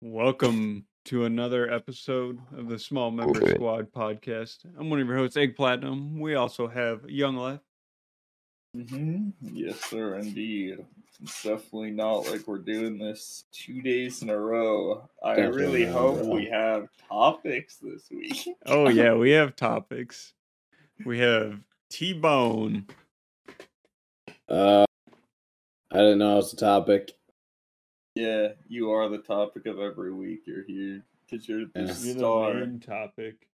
Welcome to another episode of the Small Member Okay. Squad podcast. I'm one of your hosts, Egg Platinum. We also have Young Left. hmm Yes, sir, indeed. It's definitely not like we're doing this two days in a row. I Definitely really not, hope bro. we have topics this week. Oh yeah, we have topics. We have T Bone. Uh, I didn't know it was a topic. yeah, you are the topic of every week. You're here because you're the Yeah. You're the star. main topic.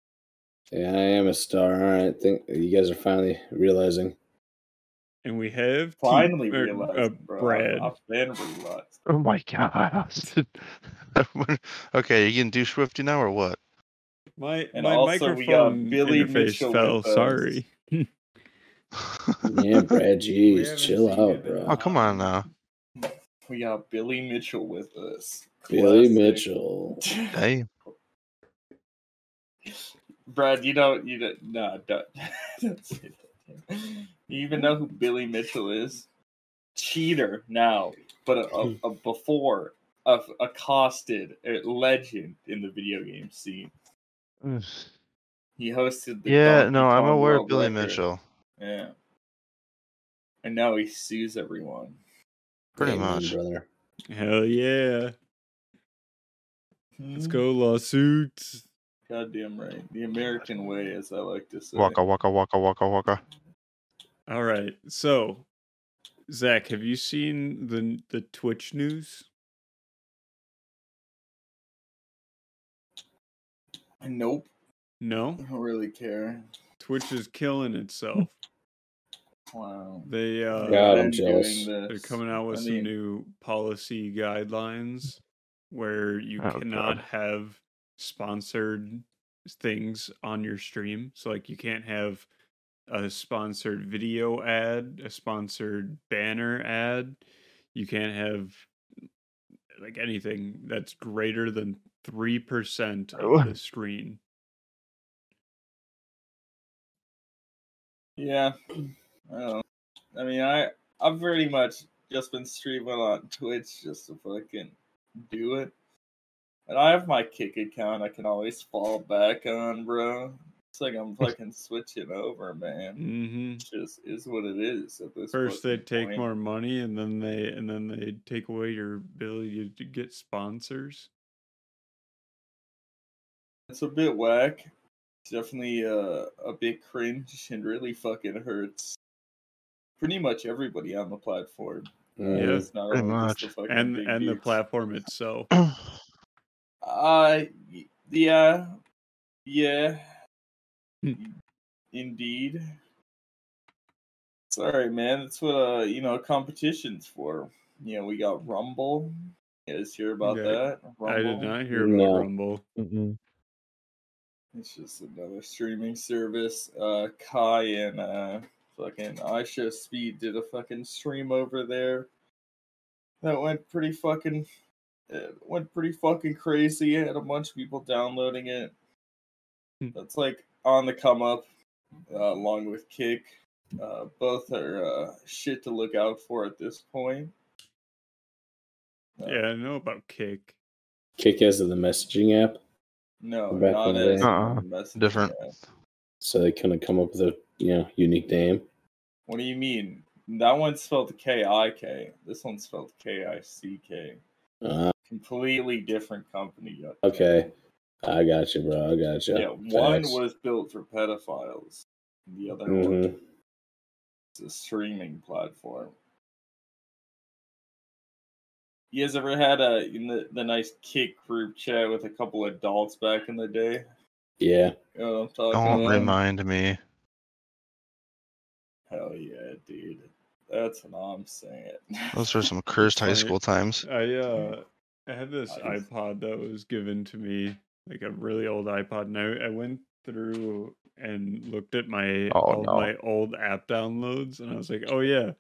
Yeah, I am a star. All right, I think you guys are finally realizing. And we have T- Finally er, realized, uh, bro. Brad. I've been realized. Oh my gosh. okay, you can do Swifty now or what? My And my also we got microphone Billy interface Mitchell fell. with us. Sorry. Yeah, Brad, We jeez, haven't chill seen out, it in a bro. oh, come on now. We got Billy Mitchell with us. Billy Classic. Mitchell. Hey, Brad, you don't, you don't, no, don't. don't say that. You even know who Billy Mitchell is? Cheater now, but a, Hmm. a, a before a accosted a legend in the video game scene. He hosted. The yeah, Donkey no, I'm Kong aware of World Billy Record. Mitchell. Yeah, and now he sues everyone. Pretty Amen, much. brother. Hell yeah. Mm. Let's go lawsuits. Hmm. Goddamn right, the American way, as I like to say. Waka, waka, waka, waka, waka. All right. So, Zach, have you seen the the Twitch news? Nope, No, I don't really care. Twitch is killing itself. Wow. They uh, Yeah. God, Been I'm doing jealous. they're this. coming out with I some mean- new policy guidelines where you Oh, cannot God. have sponsored things on your stream. So, like, you can't have a sponsored video ad, a sponsored banner ad. You can't have like anything that's greater than three percent Oh. of the screen. Yeah, I don't. I mean, I I've pretty much just been streaming on Twitch just to fucking do it, and I have my kick account. I can always fall back on, bro. It's like I'm fucking switching over, man. hmm It just is what it is at this. First they fucking take point. more money, and then they and then they take away your ability to get sponsors. It's a bit whack. It's definitely uh, a bit cringe and really fucking hurts. Pretty much everybody on the platform. Mm. Yeah. It's not pretty only just much. the fucking and big and the dudes. platform itself. Uh, y- yeah, yeah, Hmm. indeed. Sorry, man. That's what uh, you know, competitions for. You know, we got Rumble. You guys hear about Yeah, that? Rumble. I did not hear about No. Rumble. It's just another streaming service. Uh, Kai and uh, fucking Aisha Speed did a fucking stream over there. That went pretty fucking, it went pretty fucking crazy. It had a bunch of people downloading it. Hmm. That's like on the come up, uh, along with Kick. Uh, both are uh, shit to look out for at this point. Uh, Yeah, I know about Kick. Kick ass of the messaging app, No, Back not in the as day. Uh-uh, messaging different. app. so they couldn't come up with a you know unique name. What do you mean? That one's spelled K I K. This one's spelled K I C K. Uh, Completely different company. uh, okay, I got you, bro. I got you. Yeah, one Facts. was built for pedophiles. The other one Mhm. is a streaming platform. You guys ever had a in the, the nice kick group chat with a couple adults back in the day? Yeah, You know what I'm talking Don't about? remind me. Hell yeah, dude. That's what I'm saying. Those were some cursed high Funny. school times. I uh I had this Nice. iPod that was given to me, like a really old iPod, and I, I went through and looked at my Oh, all no. my old app downloads, and I was like, oh yeah,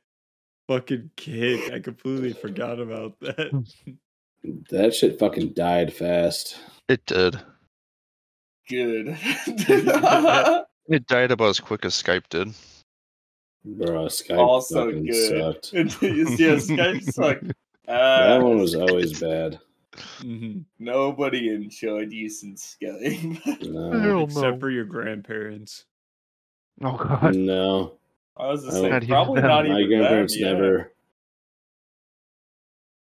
fucking Kick. I completely forgot about that. that shit fucking died fast. It did. Good. It died about as quick as Skype did. Bro, Skype also fucking good. sucked. It's- yeah, Skype sucked. Uh, That one was always bad. Mhm. Nobody enjoyed you since Skelly. No. Except for your grandparents. Oh god. No. I was just I saying, don't- probably Not not even My grandparents them, yeah. never.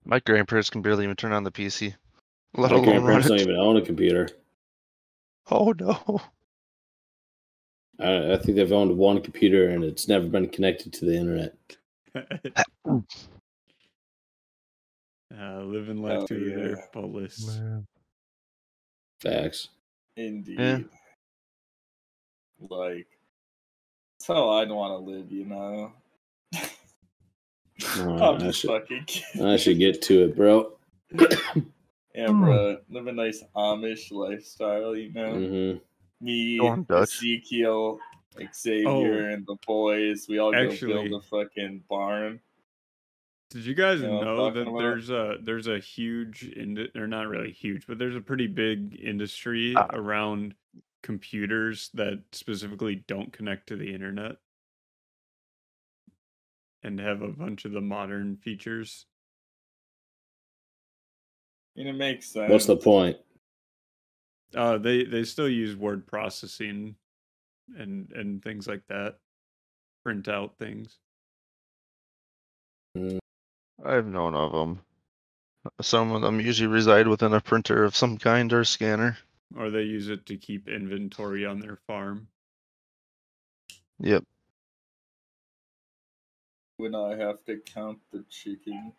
My grandparents can barely even turn on the PC. Let My alone run grandparents it. don't even own a computer. Oh no. I, I think they've owned one computer and it's never been connected to the internet. uh, living life Oh, to yeah. their fullest. Facts. Indeed. Yeah. Like, that's how I'd want to live, you know? Oh, I'm I, just should, fucking kidding. I should get to it, bro. Yeah, Hmm. bro. Live a nice Amish lifestyle, you know? hmm Me, Go on, Dutch. Ezekiel, Xavier, Oh. and the boys, we all go Actually- build a fucking barn. Did you guys You know what I'm know talking that about? there's a there's a huge ind- or not really huge, but there's a pretty big industry Ah. Uh. around computers that specifically don't connect to the internet and have a bunch of the modern features. And it makes sense. What's the point? Uh they they still use word processing and and things like that. Print out things. Mm, I've known of them. Some of them usually reside within a printer of some kind or scanner. Or they use it to keep inventory on their farm. Yep. When I have to count the chickens.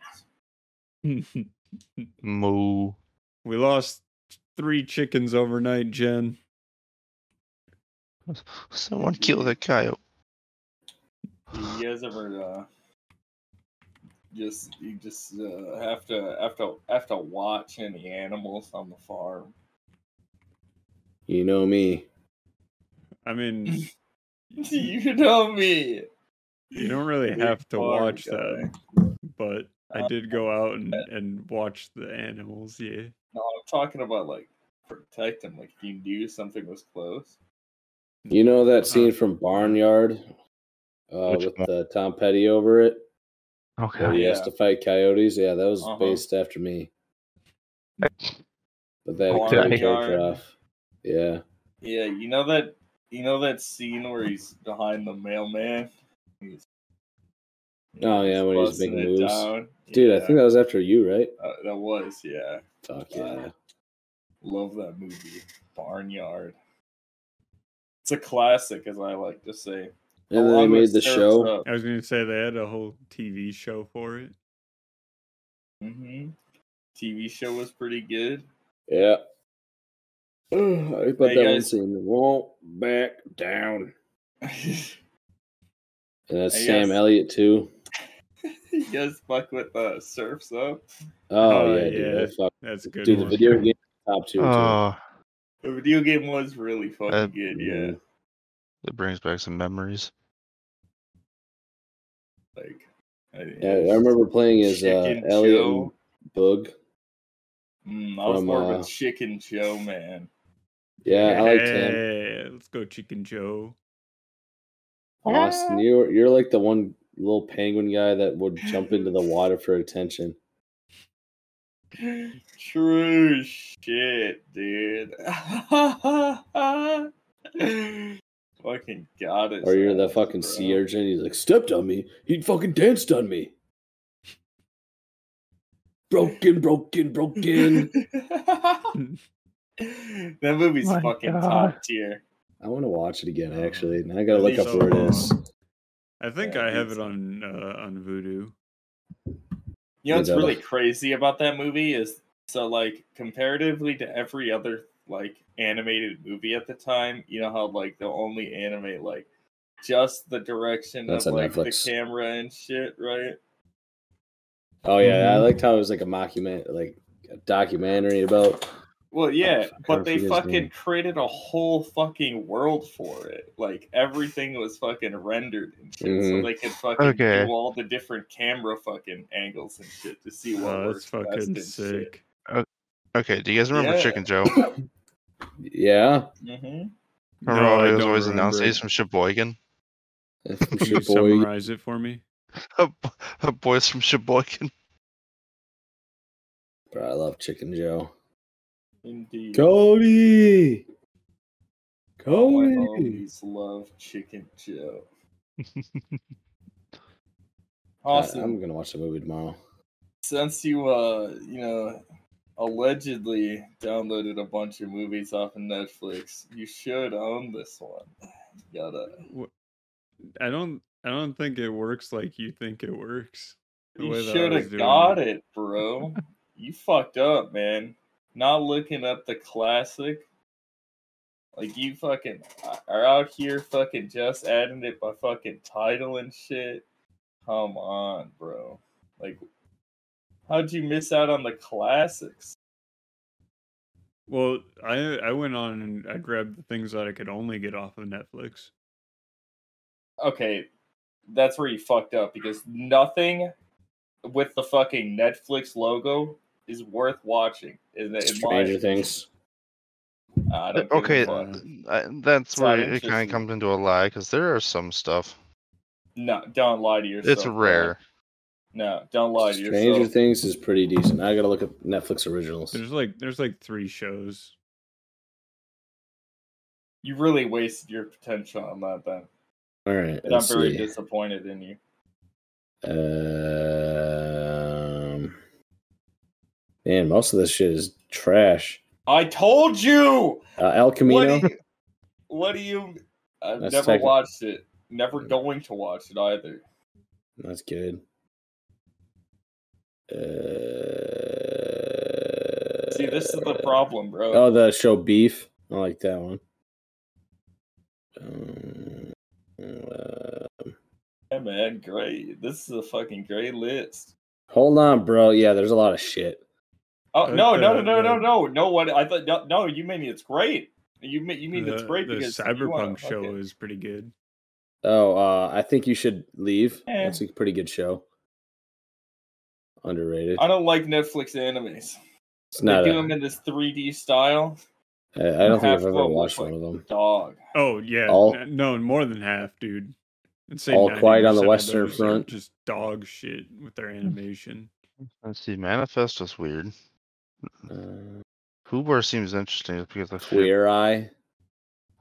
Moo. we lost three chickens overnight, Jen. Someone kill the coyote. You guys ever uh, just you just uh, have to have to have to watch any animals on the farm? You know me. I mean, you know me. you don't really Big have to farm watch guy. them, but I Uh, did go out and, and watch the animals. Yeah, No, I'm talking about like protect them. Like if you knew something was close. You know that Uh, Uh, scene from Barnyard uh, Which with one? uh, Tom Petty over it? Where Okay. he has Yeah. to fight coyotes? Yeah, that was Uh-huh. based after me. But that Okay. coyote Barnyard. character off. Yeah. Yeah, you know that you know that scene where he's behind the mailman. He's, Oh, yeah, when he's busting making it moves. down. Dude, I Yeah, Uh, think that was after you, right? that- that was yeah. Fuck yeah. Love that movie, Barnyard. It's a classic, as I like to say. And then they Along with made the Sarah's show. Up. I was gonna say they had a whole TV show for it. hmm TV show was pretty good. Yeah. I put Hey, that one guys. scene. Won't back down. you And that's Hey, Sam guys. Elliott too. guys fuck with uh, Surfs Up. Oh, Oh, yeah, dude. yeah. They fuck- That's a good. Dude, the one. video game top two. too. Oh, The video game was really fucking Uh, good, yeah. that brings back some memories. Like, I, Yeah, I remember playing as uh, Chicken Elliot and Joe. Boog. Mm, I was from, more of a uh, chicken show man. Yeah, I liked him. Yeah, let's go, Chicken Joe. Austin, you're you're like the one little penguin guy that would jump into the water for attention. True shit, dude. fucking got it. Or you're the fucking sea urchin. He's like, stepped on me. He fucking danced on me. Broken, broken, broken. that movie's My fucking God. top tier. I want to watch it again, actually. Now Uh, I gotta look up So where it is. long. I think Yeah, I have it's- it on uh, on Voodoo. You know what's Yeah, really that- crazy about that movie is so like comparatively to every other like animated movie at the time, you know how like they'll only animate like just the direction That's of on like Netflix. the camera and shit, right? Oh yeah, I Mhm. liked how it was like a mockument, like a documentary about. Well, yeah, fuck, I but they forget his name. fucking created a whole fucking world for it. Like everything was fucking rendered and shit, so Mm-hmm. Mhm. they could fucking Okay. do all the different camera fucking angles and shit to see what Oh, that's works best fucking and shit. sick. Okay, do you guys remember Yeah. Chicken Joe? Yeah, hmm Remember how he was always announced remember that it. he's from Sheboygan? From Can you Sheboygan. summarize it for me? A boy's from Sheboygan. Bro, I love Chicken Joe. Indeed. Cody. Oh, I Cody. always love Chicken Joe. I, Austin, am gonna watch the movie tomorrow. since you uh you know allegedly downloaded a bunch of movies off of Netflix, you should own this one. You gotta I don't. I don't think it works like you think it works. the You way that I should was have doing got it. it, bro. you fucked up, man. Not looking up the classic. Like you fucking are out here fucking just adding it by fucking title and shit. Come on, bro. Like how'd you miss out on the classics? Well, I I went on and I grabbed the things that I could only get off of Netflix. Okay, that's where you fucked up because nothing with the fucking Netflix logo is worth watching. In, in Stranger my, Things. I don't give a Okay, fuck. I, that's It's not where it kind of interesting. comes into a lie because there are some stuff. No, don't lie to yourself. it's bro. rare. No, don't lie to Stranger yourself. Things is pretty decent. I gotta look up Netflix originals. There's like there's like three shows. you really wasted your potential on that then. All right, And I'm let's very see. disappointed in you. Um, man, most of this shit is trash. I told you. Uh, El Camino. What do you, what do you I've That's never techni- watched it. Never going to watch it either. That's good. Uh, See, this is the problem, bro. Oh, the show Beef. I like that one. Um, uh, Yeah, man, great. This is a fucking great list. hold on, bro. Yeah, there's a lot of shit. Oh But no, no, no, the- no, no, the- no, no! What I thought? No, no, you mean it's great. You mean you mean the, it's great the because you wanna Cyberpunk show fucking- is pretty good. Oh, uh, I think you should leave. Eh. That's a pretty good show. Underrated. I don't like Netflix animes. It's They not. do a- them in this 3D style. I, I don't think half I've ever what it watched looks one of them. Dog. Oh yeah, All- n- no, more than half, dude. I'd say All Quiet on the 90% of Western those are Front. Just dog shit with their Mm. animation. Let's see, Manifest was weird. Uh, Who War seems interesting just because of who- Queer Eye.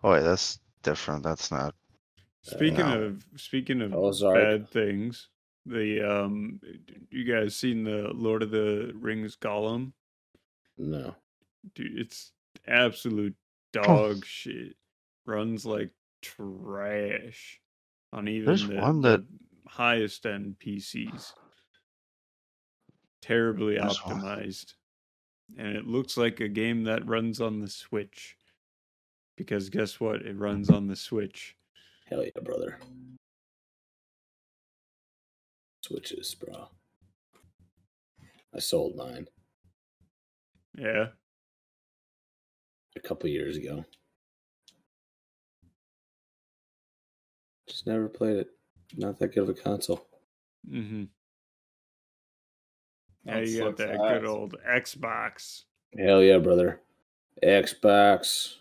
Oh, wait, that's different. That's not. Uh, Speaking no. of speaking of Ozark. bad things, the um, you guys seen the Lord of the Rings Gollum? No. Dude, it's absolute Oh. dog shit. Runs like trash on even There's the, one the highest end PCs. Terribly There's one- optimized. And it looks like a game that runs on the Switch. Because guess what? It runs on the Switch. Hell yeah, brother. Switches, bro. I sold mine Yeah. a couple years ago. Just never played it. Not that good of a console. Mm-hmm. Yeah, That you got sucks that ass. good old Xbox. Hell yeah, brother. Xbox.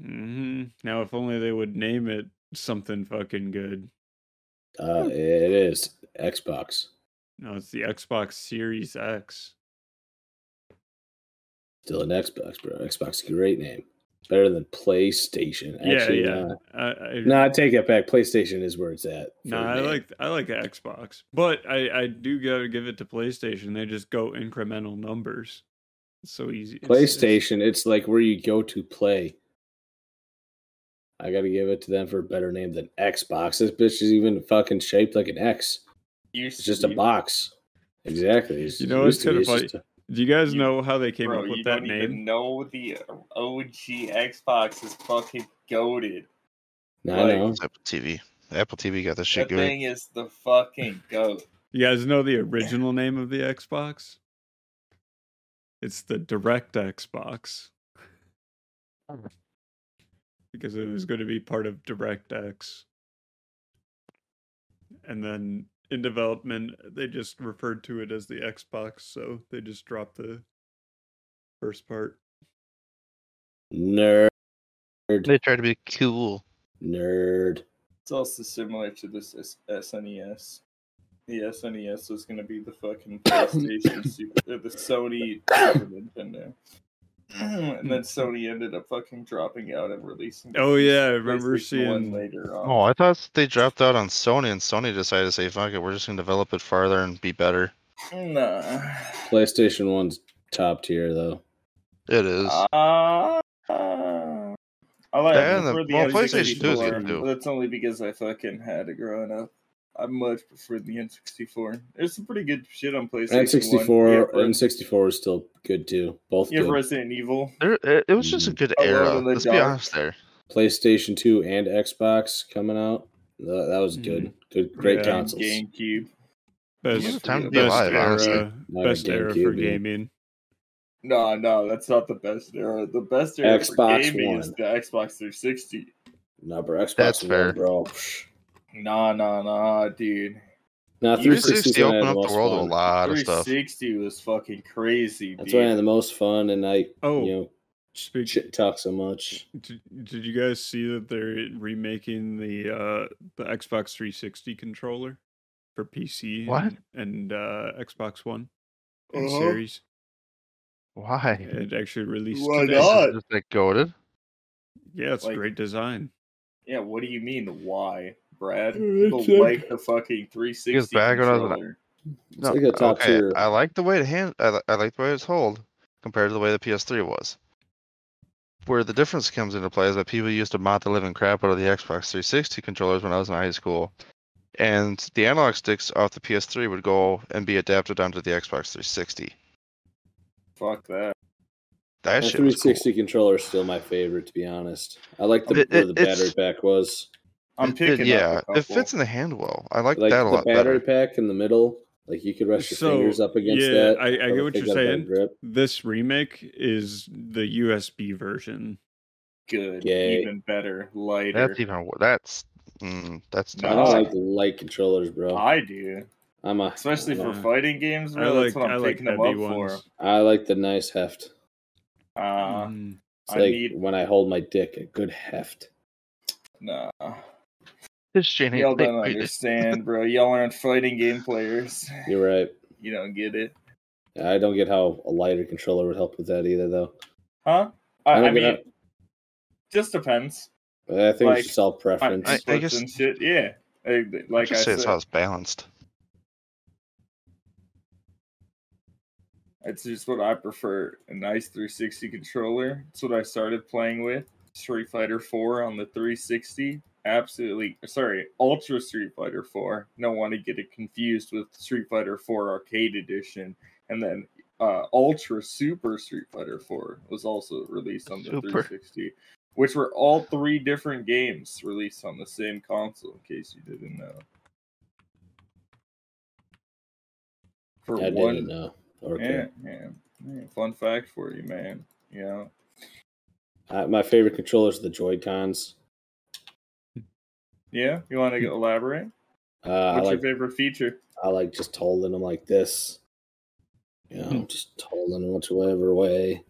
Mm-hmm. Now, if only they would name it something fucking good. Uh, Hmm. it is Xbox. No, it's the Xbox Series X. Still an Xbox, bro. Xbox is a great name. It's better than PlayStation. Actually, yeah, yeah. nah. I, I, No, I take that back. PlayStation is where it's at. for nah, I me. like I like the Xbox, but I I do gotta give it to PlayStation. They just go incremental numbers. It's so easy. It's- it's- PlayStation. It's like where you go to play. I gotta give it to them for a better name than Xbox. This bitch is even fucking shaped like an X. Used It's to just a be- box. Exactly. It's You know, it's used to kinda be. just a- do you guys You- know how they came Bro, up you with that don't name? even know the OG Xbox is fucking goaded. No, I like, know. Apple TV. Apple TV got the That shit going. thing is the fucking goat. You guys know the original name of the Xbox? It's the Direct Xbox. Because it was going to be part of DirectX. And then in development, they just referred to it as the Xbox, so they just dropped the first part. Nerd. They try to be cool. Nerd. It's also similar to this E S- SNES. The SNES was gonna be the fucking PlayStation Super, uh, the Sony Super Nintendo, and then Sony ended up fucking dropping out and releasing. Oh yeah, I remember PlayStation One seeing. later on. Oh, I thought they dropped out on Sony, and Sony decided to say, "Fuck it, we're just gonna develop it farther and be better." Nah. PlayStation 1's top tier, though. It is. Uh, uh, I like Yeah, I the- prefer well, PlayStation 2 is good, 64, too. but That's only because I fucking had it growing up. I much prefer the N64. There's some pretty good shit on PlayStation. N64 One. N64 is still good too. Both You have good. Resident Evil. There- it, it was just a Mhm. good Alone era. in the Let's be Dark. honest there. PlayStation 2 and Xbox coming out. That, that was good. Good great Mm-hmm. Yeah. consoles. GameCube. Best, Time to be best alive, honestly. era, Not a best era for GameCube, dude. gaming. No, no, that's not the best era. The best era Xbox for gaming is One. the Xbox 360. No, bro, Xbox That's One, fair. bro. Psh. Nah, nah, nah, dude. Nah, 360 360 opened up the world to a lot of stuff. 360 was fucking crazy, That's dude. why I had the most fun, and I Oh, you know speak, shit talk so much. did, did you guys see that they're remaking the uh the Xbox 360 controller for PC What? and, and uh Xbox One and Uh-huh. series? Why? It actually released. Why today. Is it not? Just like goaded. Yeah, it's Like- great design. Yeah, what do you mean? Why, Brad? Uh, People it's like- like the fucking 360 Because back when I was an- controller. It's like a top tier. I like the way it hand. I, li- I like the way it's hold compared to the way the PS3 was. Where the difference comes into play is that people used to mod the living crap out of the Xbox 360 controllers when I was in high school, and the analog sticks off the PS3 would go and be adapted onto the Xbox 360. Fuck that. That My shit was cool. 360 controller is still my favorite, to be honest. I like the It- where it- the it's- battery pack was. I'm It- it- picking yeah, up a it couple. fits in the hand well. I like, Like that a the lot battery better. pack in the middle, like you could rest your So, fingers up against yeah, that. I- I so get it what picks you're up that saying. grip. This remake is the USB version. good. Yay. Even better. Lighter. That's even wor- that's mm, that's No, I tough. don't I- like the light controllers, bro. I do. I'm a Especially for Yeah. fighting games, I bro. like that's what I'm I like picking them up heavy ones. I like the nice heft. for. Uh, Mm. It's I like need- when I hold my dick, a good heft. Nah. This shit ain't Y'all don't lightweight. understand, bro. Y'all aren't fighting game players. You're right. You don't get it. I don't get how a lighter controller would help with that either, though. Huh? I, I I, don't get mean, just depends. But I think Like, it's just all preference. I- I, guess- and shit. Yeah. I- I Like I just say said, it's how it's balanced. It's just what I prefer. A nice 360 controller. It's what I started playing with. Street Fighter 4 on the 360. Absolutely. Sorry, Ultra Street Fighter 4. Don't want to get it confused with Street Fighter 4 Arcade Edition. And then uh, Ultra Super Street Fighter 4 was also released on the Super. 360, which were all three different games released on the same console, in case you didn't know. For I one didn't know. yeah, Okay. yeah, yeah. Fun fact for you, man. You know, I, my favorite controllers are the Joy Cons. yeah. You want to elaborate? Hmm. Uh, I What's like your favorite feature? I like just holding them like this. You Hmm. know, just holding them whichever way.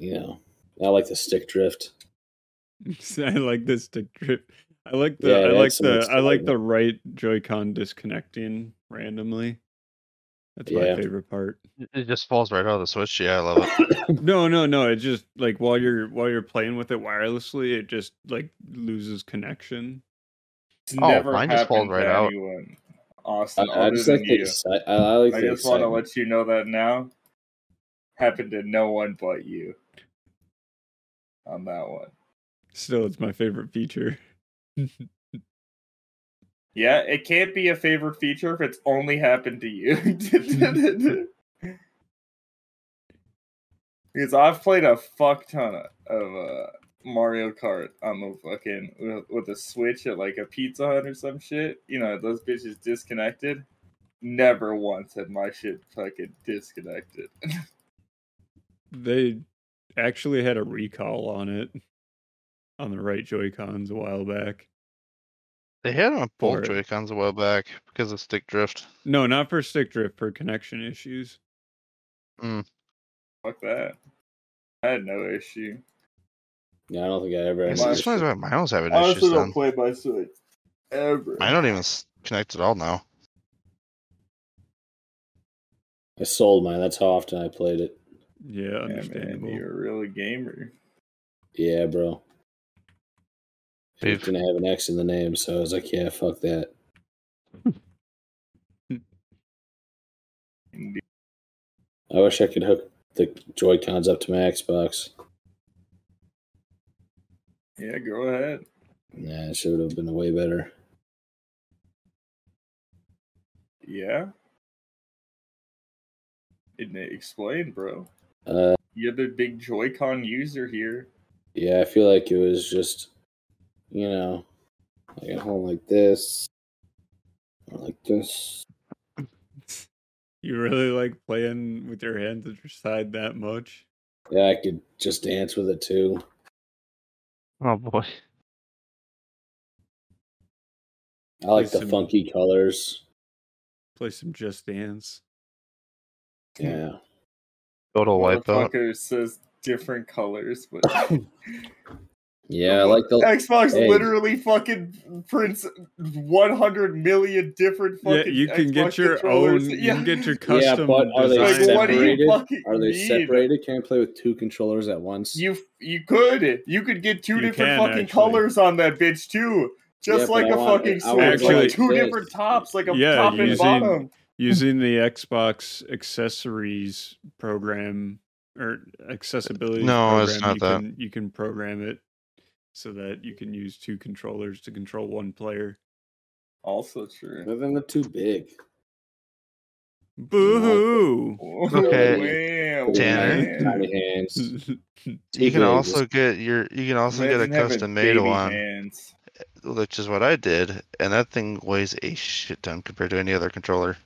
You know, I like the stick drift. Mm-hmm. I like this stick grip. I like the Yeah, I it like adds some the I extra like element. the right Joy-Con disconnecting randomly. That's Yeah. my favorite part. It- It just falls right out of the switch. Yeah, I love it. No, no, no. It just like while you're while you're playing with it wirelessly, it just like loses connection. It's Oh, mine just falls happened right to out. anyone, I, Austin. I other just than like the you. exci- I, I like I the just want to excitement. let you know that now. Happened to no one but you. On that one, Still, it's my favorite feature. yeah. It can't be a favorite feature if it's only happened to you. Because I've played a fuck ton of, of uh, Mario Kart on the fucking with, with a Switch at like a Pizza Hut or some shit. You know those bitches disconnected. Never once had my shit fucking disconnected. They actually had a recall on it on the right Joy-Cons a while back. They had on For both it. Joy Cons a while back because of stick drift. No, not for stick drift, for connection issues. fuck that. I had no issue. Yeah, I don't think I ever. This my- this explains understood. why mine was having I honestly issues don't then. play my Switch ever. I don't even s- connect at all now. I sold mine. That's how often I played it. Yeah, Yeah, understandable. man, you're a real gamer. Yeah, bro. It's Dave, gonna have an X in the name, so I was like, yeah, fuck that. Indeed. I wish I could hook the Joy Cons up to my Xbox. Yeah, go ahead. Nah, it should have been way better. Yeah. And they explain, bro. Uh, You're the big Joy-Con user here. yeah, I feel like it was just, you know, like at home like this, or like this. You really like playing with your hands at your side that much? Yeah, I could just dance with it too. oh boy. I like Play the some- funky colors. Play some Just Dance. Yeah. Total wipeout. Motherfucker says different colors, but Yeah, I like the. Xbox Hey. literally fucking prints 100 million different Yeah, fucking. you can Xbox get your own. controllers. You can get your Yeah, custom. but are they design. Like, what do separated? you fucking Are they mean? separated? Can I play with two controllers at once? You you could you could get two You can, different fucking actually. colors on that bitch too, Yeah, just but like I a want- fucking I want switch, Actually- like two this. different tops, like a Yeah, top and using- bottom. using the Xbox accessories program or accessibility. No, it's program, not you that. Can, you can program it so that you can use two controllers to control one player. Also true. But then they're too big. Boo hoo! Okay, Oh, Wow, Tanner. wow. Tiny hands. You can Easily also just- get your. You can also Imagine get a having custom made baby one. hands. which is what I did, and that thing weighs a shit ton compared to any other controller.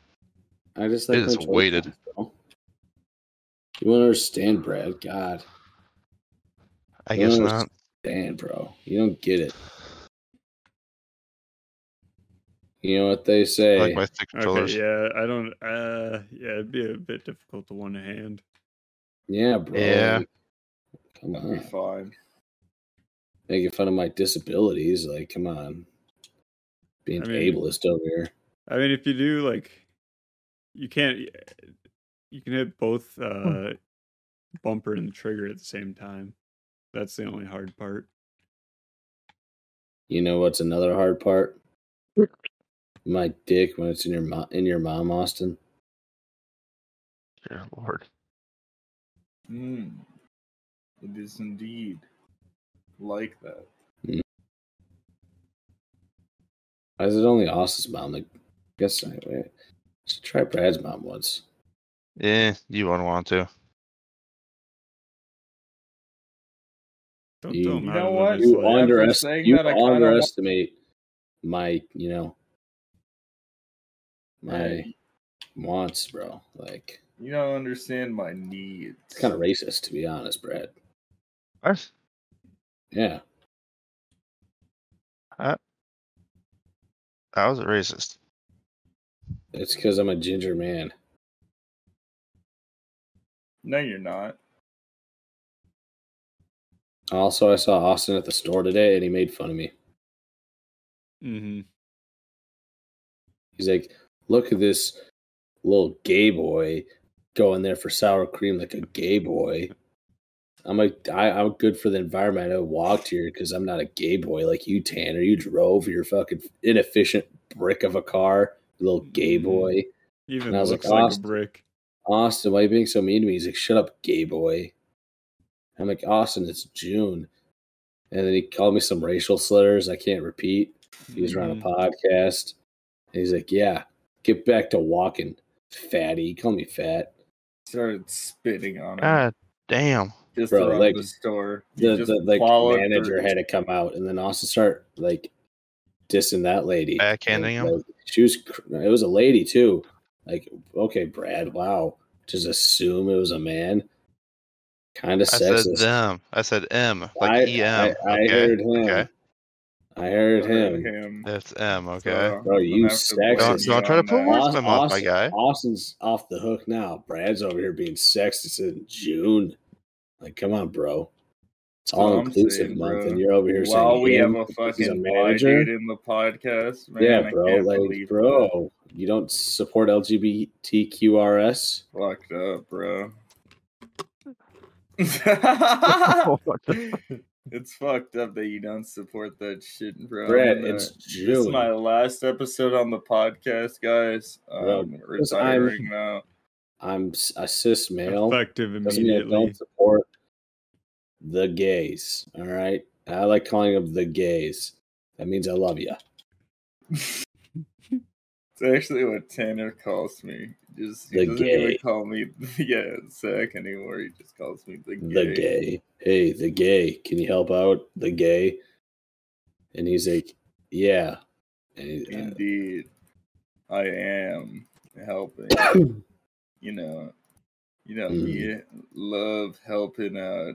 I just like It is my Joy-Cons, weighted. bro. You won't understand, Brad. God, I Yeah, guess it's- not. damn, bro, you don't get it. You know what they say? I like my thick controllers. Okay, yeah, I don't. Uh, yeah, it'd be a bit difficult to one hand. Yeah, bro. Yeah. like, come That'd be on, fine. making fun of my disabilities. Like, come on, being I mean- ableist over here. I mean, if you do like, you can't. You can hit both Hmm. uh, bumper and trigger at the same time. That's the only hard part. You know what's another hard part? My dick when it's in your mo- in your mom, Austin. Dear Lord. Mm. It is indeed like that. Why is it only Austin's mom? Like, I guess I, I should try Brad's mom once. Eh, you wouldn't want to. Don't You- tell 'em You how to know live what? this You, life. on- underest- After saying you that, I kinda wa- underestimate my, you know, my wants, bro. Like, You don't understand my needs. it's kind of racist, to be honest, Brad. What? Yeah. That was racist. It's because I'm a ginger man. No, you're not. Also, I saw Austin at the store today and he made fun of me. Mhm. He's like, look at this little gay boy going there for sour cream like a gay boy. I'm like, I, I'm good for the environment. I walked here because I'm not a gay boy like you, Tanner. You drove your fucking inefficient brick of a car, you little gay Mhm. boy. Even And I was like, looks like a "Austin." brick. Austin, why are you being so mean to me? He's like, shut up, gay boy. I'm like, Austin, it's June. And then he called me some racial slurs I can't repeat. He was running a Mm-hmm. podcast. And he's like, Yeah, get back to walking, fatty. He called me fat. Started spitting on him. God damn. just Bro, around like, the store. You The, just the like followed manager through. had to come out and then Austin start like dissing that lady. Backhanding him? Like, she was cr- it was a lady too. Like, okay, Brad, wow. Just assume it was a man. Kind of I said sexist. them. I said M. Like I, EM. I, I okay. heard him. okay. I heard him. him. That's M, okay? So, Bro, you I'm gonna have to blame don't sexist. you don't try to on put that. words in Aus- my mouth, my Austin- guy. Austin's off the hook now. Brad's over here being sexist in June. Like, come on, bro. It's all what I'm inclusive saying, month, bro. and you're over here saying, While we him, have a he's fucking bi manager. dude in the podcast, man, yeah, I bro. can't Like, believe bro, you don't support LGBTQRS. that. fucked up, bro. it's fucked up that you don't support that shit, bro. Brett, I'm gonna- it's This is June. my last episode on the podcast, guys. Bro, I'm this- I'm- retiring now. I'm s- a cis male. Mm-hmm. Effective Doesn't mean I immediately. don't support the gays. All right, I like calling them the gays. That means I love you. It's actually what Tanner calls me. Just he The doesn't even gay. call me yeah Zach anymore. He just calls me the gay. The gay. Hey, the gay. Can you help out the gay? And he's like, yeah. And he- uh, Indeed, I am helping. you know, you know, Mm. we love helping out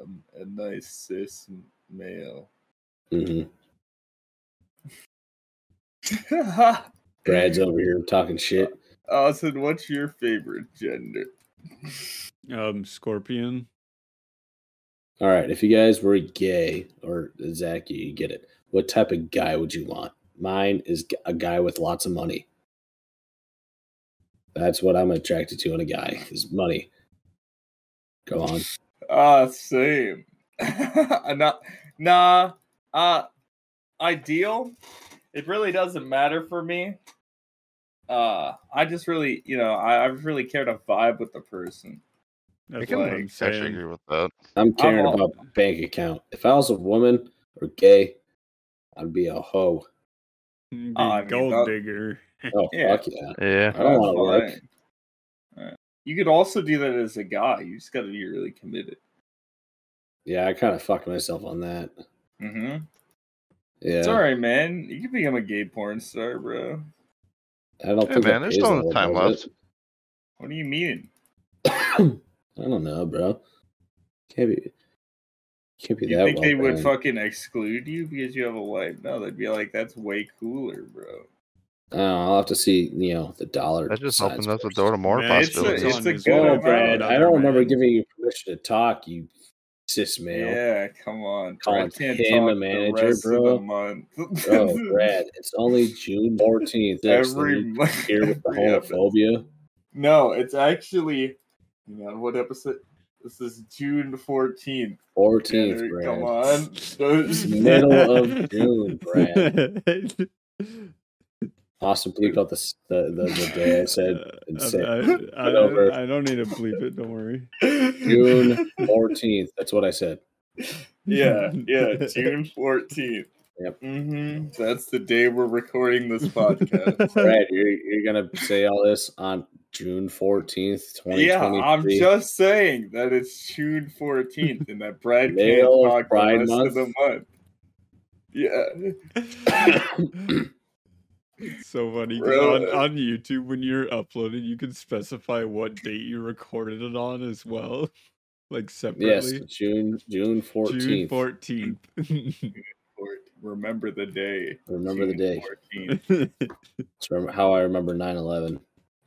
a, a nice cis male. mhm. Brad's over here talking shit. Austin, what's your favorite gender? Um, Scorpion. All right, if you guys were gay or Zach, you get it. What type of guy would you want? Mine is g- a guy with lots of money. That's what I'm attracted to in a guy is money. Go on. Ah, same. nah, nah. Uh, ideal. It really doesn't matter for me. Uh, I just really, you know, I, I really care to vibe with the person. I That's can what like- I'm actually saying. agree with that. I'm caring all- about bank account. If I was a woman or gay, I'd be a hoe. Be Oh, I mean, Mm, gold that- digger. Oh Yeah. fuck yeah! Yeah. I don't want to That's work. fine. Uh, You could also do that as a guy. You just got to be really committed. Yeah, I kind of fucked myself on that. Mm-hmm. Yeah, It's all right, man. You can become a gay porn star, bro. I don't Hey, think man, that there's pays still that well, time does it? What do you mean? I don't know, bro. Can't be. Can't be You that. think well they would planned. fucking exclude you because you have a wife? No, they'd be like, "That's way cooler, bro." I don't know, I'll have to see. You know, the dollar. That just signs opens up the first. door to more Man, it's a- possibilities. it's a his good wall, Oh, amount. Brad, I another don't remember man. giving you permission to talk. You cis male. Yeah, come on. Calling Brad can't him a talk manager, the rest Of bro. the month. Oh, Brad, it's only June fourteenth. every Every month. here with the every episode. homophobia. No, it's actually. You know what episode? This is June fourteenth. Fourteenth, Tanner, Brad. Come on. It's Those- middle of June, Brad. Austin bleep out the s- the, the, the day I said and Uh, I- say I, I- over. I don't need to bleep it. Don't worry. June fourteenth. That's what I said. Yeah, yeah, June fourteenth. Yep. hmm That's the day we're recording this podcast. Brad, you're, you're gonna say all this on June fourteenth, twenty yeah, twenty I'm three. just saying that it's June fourteenth and that Brad can't Male talk the Pride rest Month? of the month. Yeah. It's so funny 'cause Bro. on, on YouTube when you're uploading, you can specify what date you recorded it on as well, like Yes, separately. June June June fourteenth. fourteenth. Lord, Remember the day. Remember the June day. 14th. It's rem- how I remember 9-11.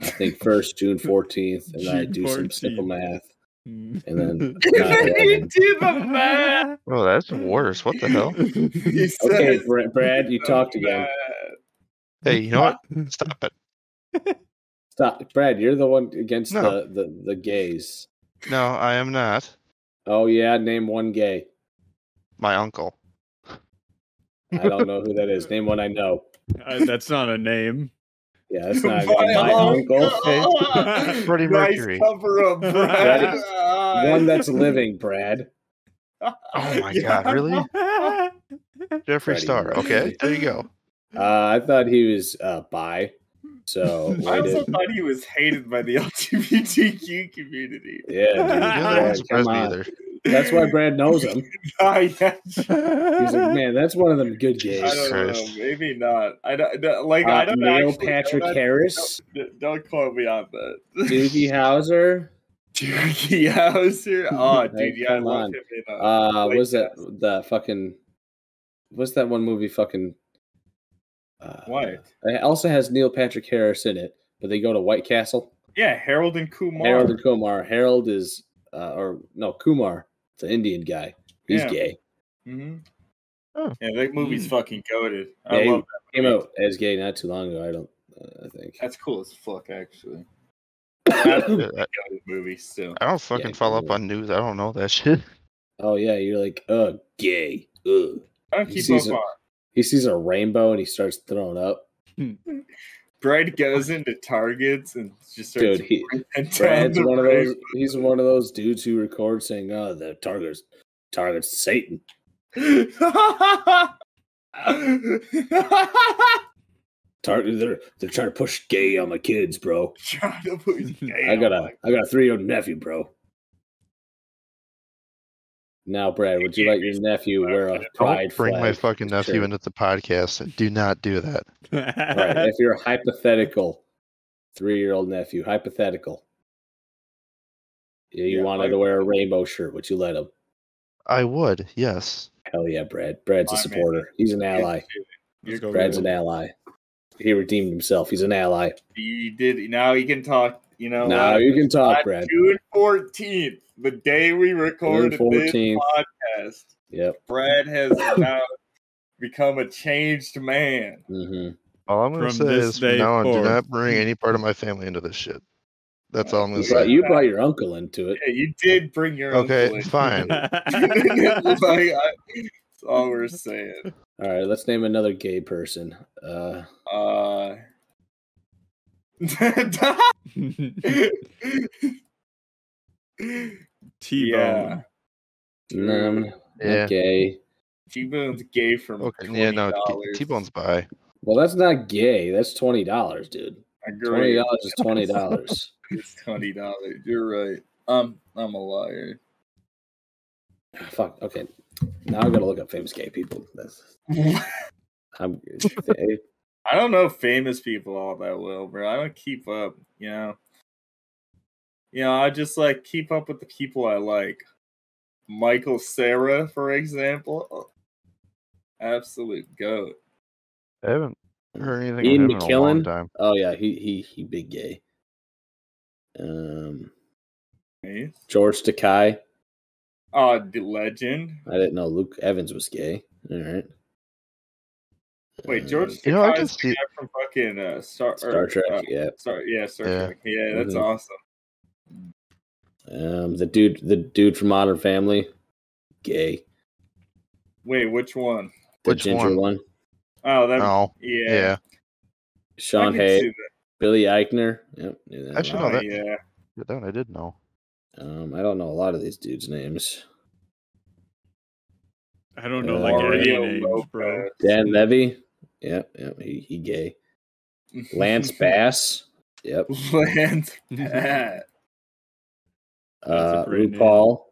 I think first June fourteenth, and I June do some simple 14th. math, and and then you 9/11. do the math. Oh, that's worse. What the Uh, hell? He said okay, it's Bra- Brad, you the talked again. math. Hey, you know what? Stop it. Stop, Brad. You're the one against No. the, the the gays. No, I am not. Oh yeah, name one gay. My uncle. I don't know who that is. Name one I know. I, that's not a name. Yeah, that's not My my uncle. oh, uncle. Freddie Nice Mercury. cover up, Brad. That One that's living, Brad. Oh my god, really? Jeffrey Freddie Star. Okay, Mercury. there you go. Uh, I thought he was uh, bi. So I waited. also thought he was hated by the LGBTQ community. yeah, You know, that Yeah, won't surprise come me on. either. dude. that's why Brad knows him. I, He's like, man, that's one of them good I gays. don't know. Christ. Maybe not. I don't no, like. I Uh, don't Neil actually- Patrick don't, Harris, don't, don't quote me on that. Doogie Howser. Doogie Howser. Oh, dude, Like, yeah, I come love on. him. In, uh, Uh, Blake was that the fucking? What's that one movie? Fucking. Uh, what? It also has Neil Patrick Harris in it, but they go to White Castle. Yeah, Harold and Kumar. Harold and Kumar. Harold is, uh, or no, Kumar, the Indian guy. He's Yeah. gay. Mm-hmm. Oh. Yeah, that movie's fucking goaded. I Yeah, he love that. Came out as gay not too long ago. I don't. Uh, I think. That's cool as fuck, actually. Yeah, I, Goated movie still. I don't fucking follow up yeah. on news. I don't know that shit. oh yeah, you're like, uh, gay. Ugh. I don't He keep sees up it. on. He sees a rainbow and he starts throwing up. Brad goes into Targets and just starts Dude, he, ripping down Brad's the one of those. road. He's one of those dudes who records saying, "Oh, the targets, targets Satan." Target, they're they're trying to push gay on my kids, bro. Trying to put his gay I got on, a like, I got a three year old nephew, bro. Now, Brad, would you let your nephew wear a pride don't bring my flag? fucking It's nephew true. into the podcast. Do not do that. Right, if you're hypothetical three year old nephew, hypothetical. Yeah, you Yeah, wanted to like- wear a rainbow shirt, would you let him? I would, yes. Hell yeah, Brad. Brad's a My man. supporter. He's an ally. Let's go, Brad's an Brad. ally. He redeemed himself. He's an ally. You did now. You can talk. You know. Now what? you can talk, On Brad. June fourteenth, the day we recorded this 14th. podcast, Yep. Brad has now become a changed man. hmm All I'm gonna From say this is from day now on, do forth. not bring any part of my family into this shit. That's all I'm gonna You, Right, say. brought, you brought your uncle into it. Yeah, you did bring your uncle Okay, in. fine. Like, I- that's all we're saying. All right, let's name another gay person. Uh, Uh, T-bone. none. Yeah. Okay. T Bone's gay from Okay. $20. Yeah. No. T- T-Bone's by. Well, that's not gay. That's twenty dollars, dude. Twenty Agree. dollars is twenty dollars. It's twenty dollars. You're right. I'm I'm a liar. Ah, Fuck. Okay. Now I gotta look up famous gay people. That's, I I'm. don't know famous people all that well, bro. I don't keep up. You know. You know, I just like keep up with the people I like. Michael Sarah, for example, Oh, absolute goat. I haven't heard anything Ian Ian him in a long McKellen? time. Oh yeah, he he he big gay. Um, Me? George Takai. Uh, eh? the legend. I didn't know Luke Evans was gay. All right. Wait, Uh, George. You know, I Takei's can the see- guy from fucking uh, Star, Star or, Trek. uh, yeah. Star, yeah, Star Yeah. Trek. Yeah, that's Mhm. awesome. Um, the dude, the dude from Modern Family, gay. Wait, which one? The Which ginger one? one? Oh, Um, that. No. Yeah. Yeah. I Sean can Hay, see that. Billy Eichner. Yep, knew that I should one. know Oh, that. yeah. But That one I did know. Um, I don't know a lot of these dudes' names. I don't know, like, Mario any Mario names, Lopez. bro. Dan Levy. Yep, yep, he, he gay. Lance Bass. Yep. Lance Bass. Uh, great name. RuPaul.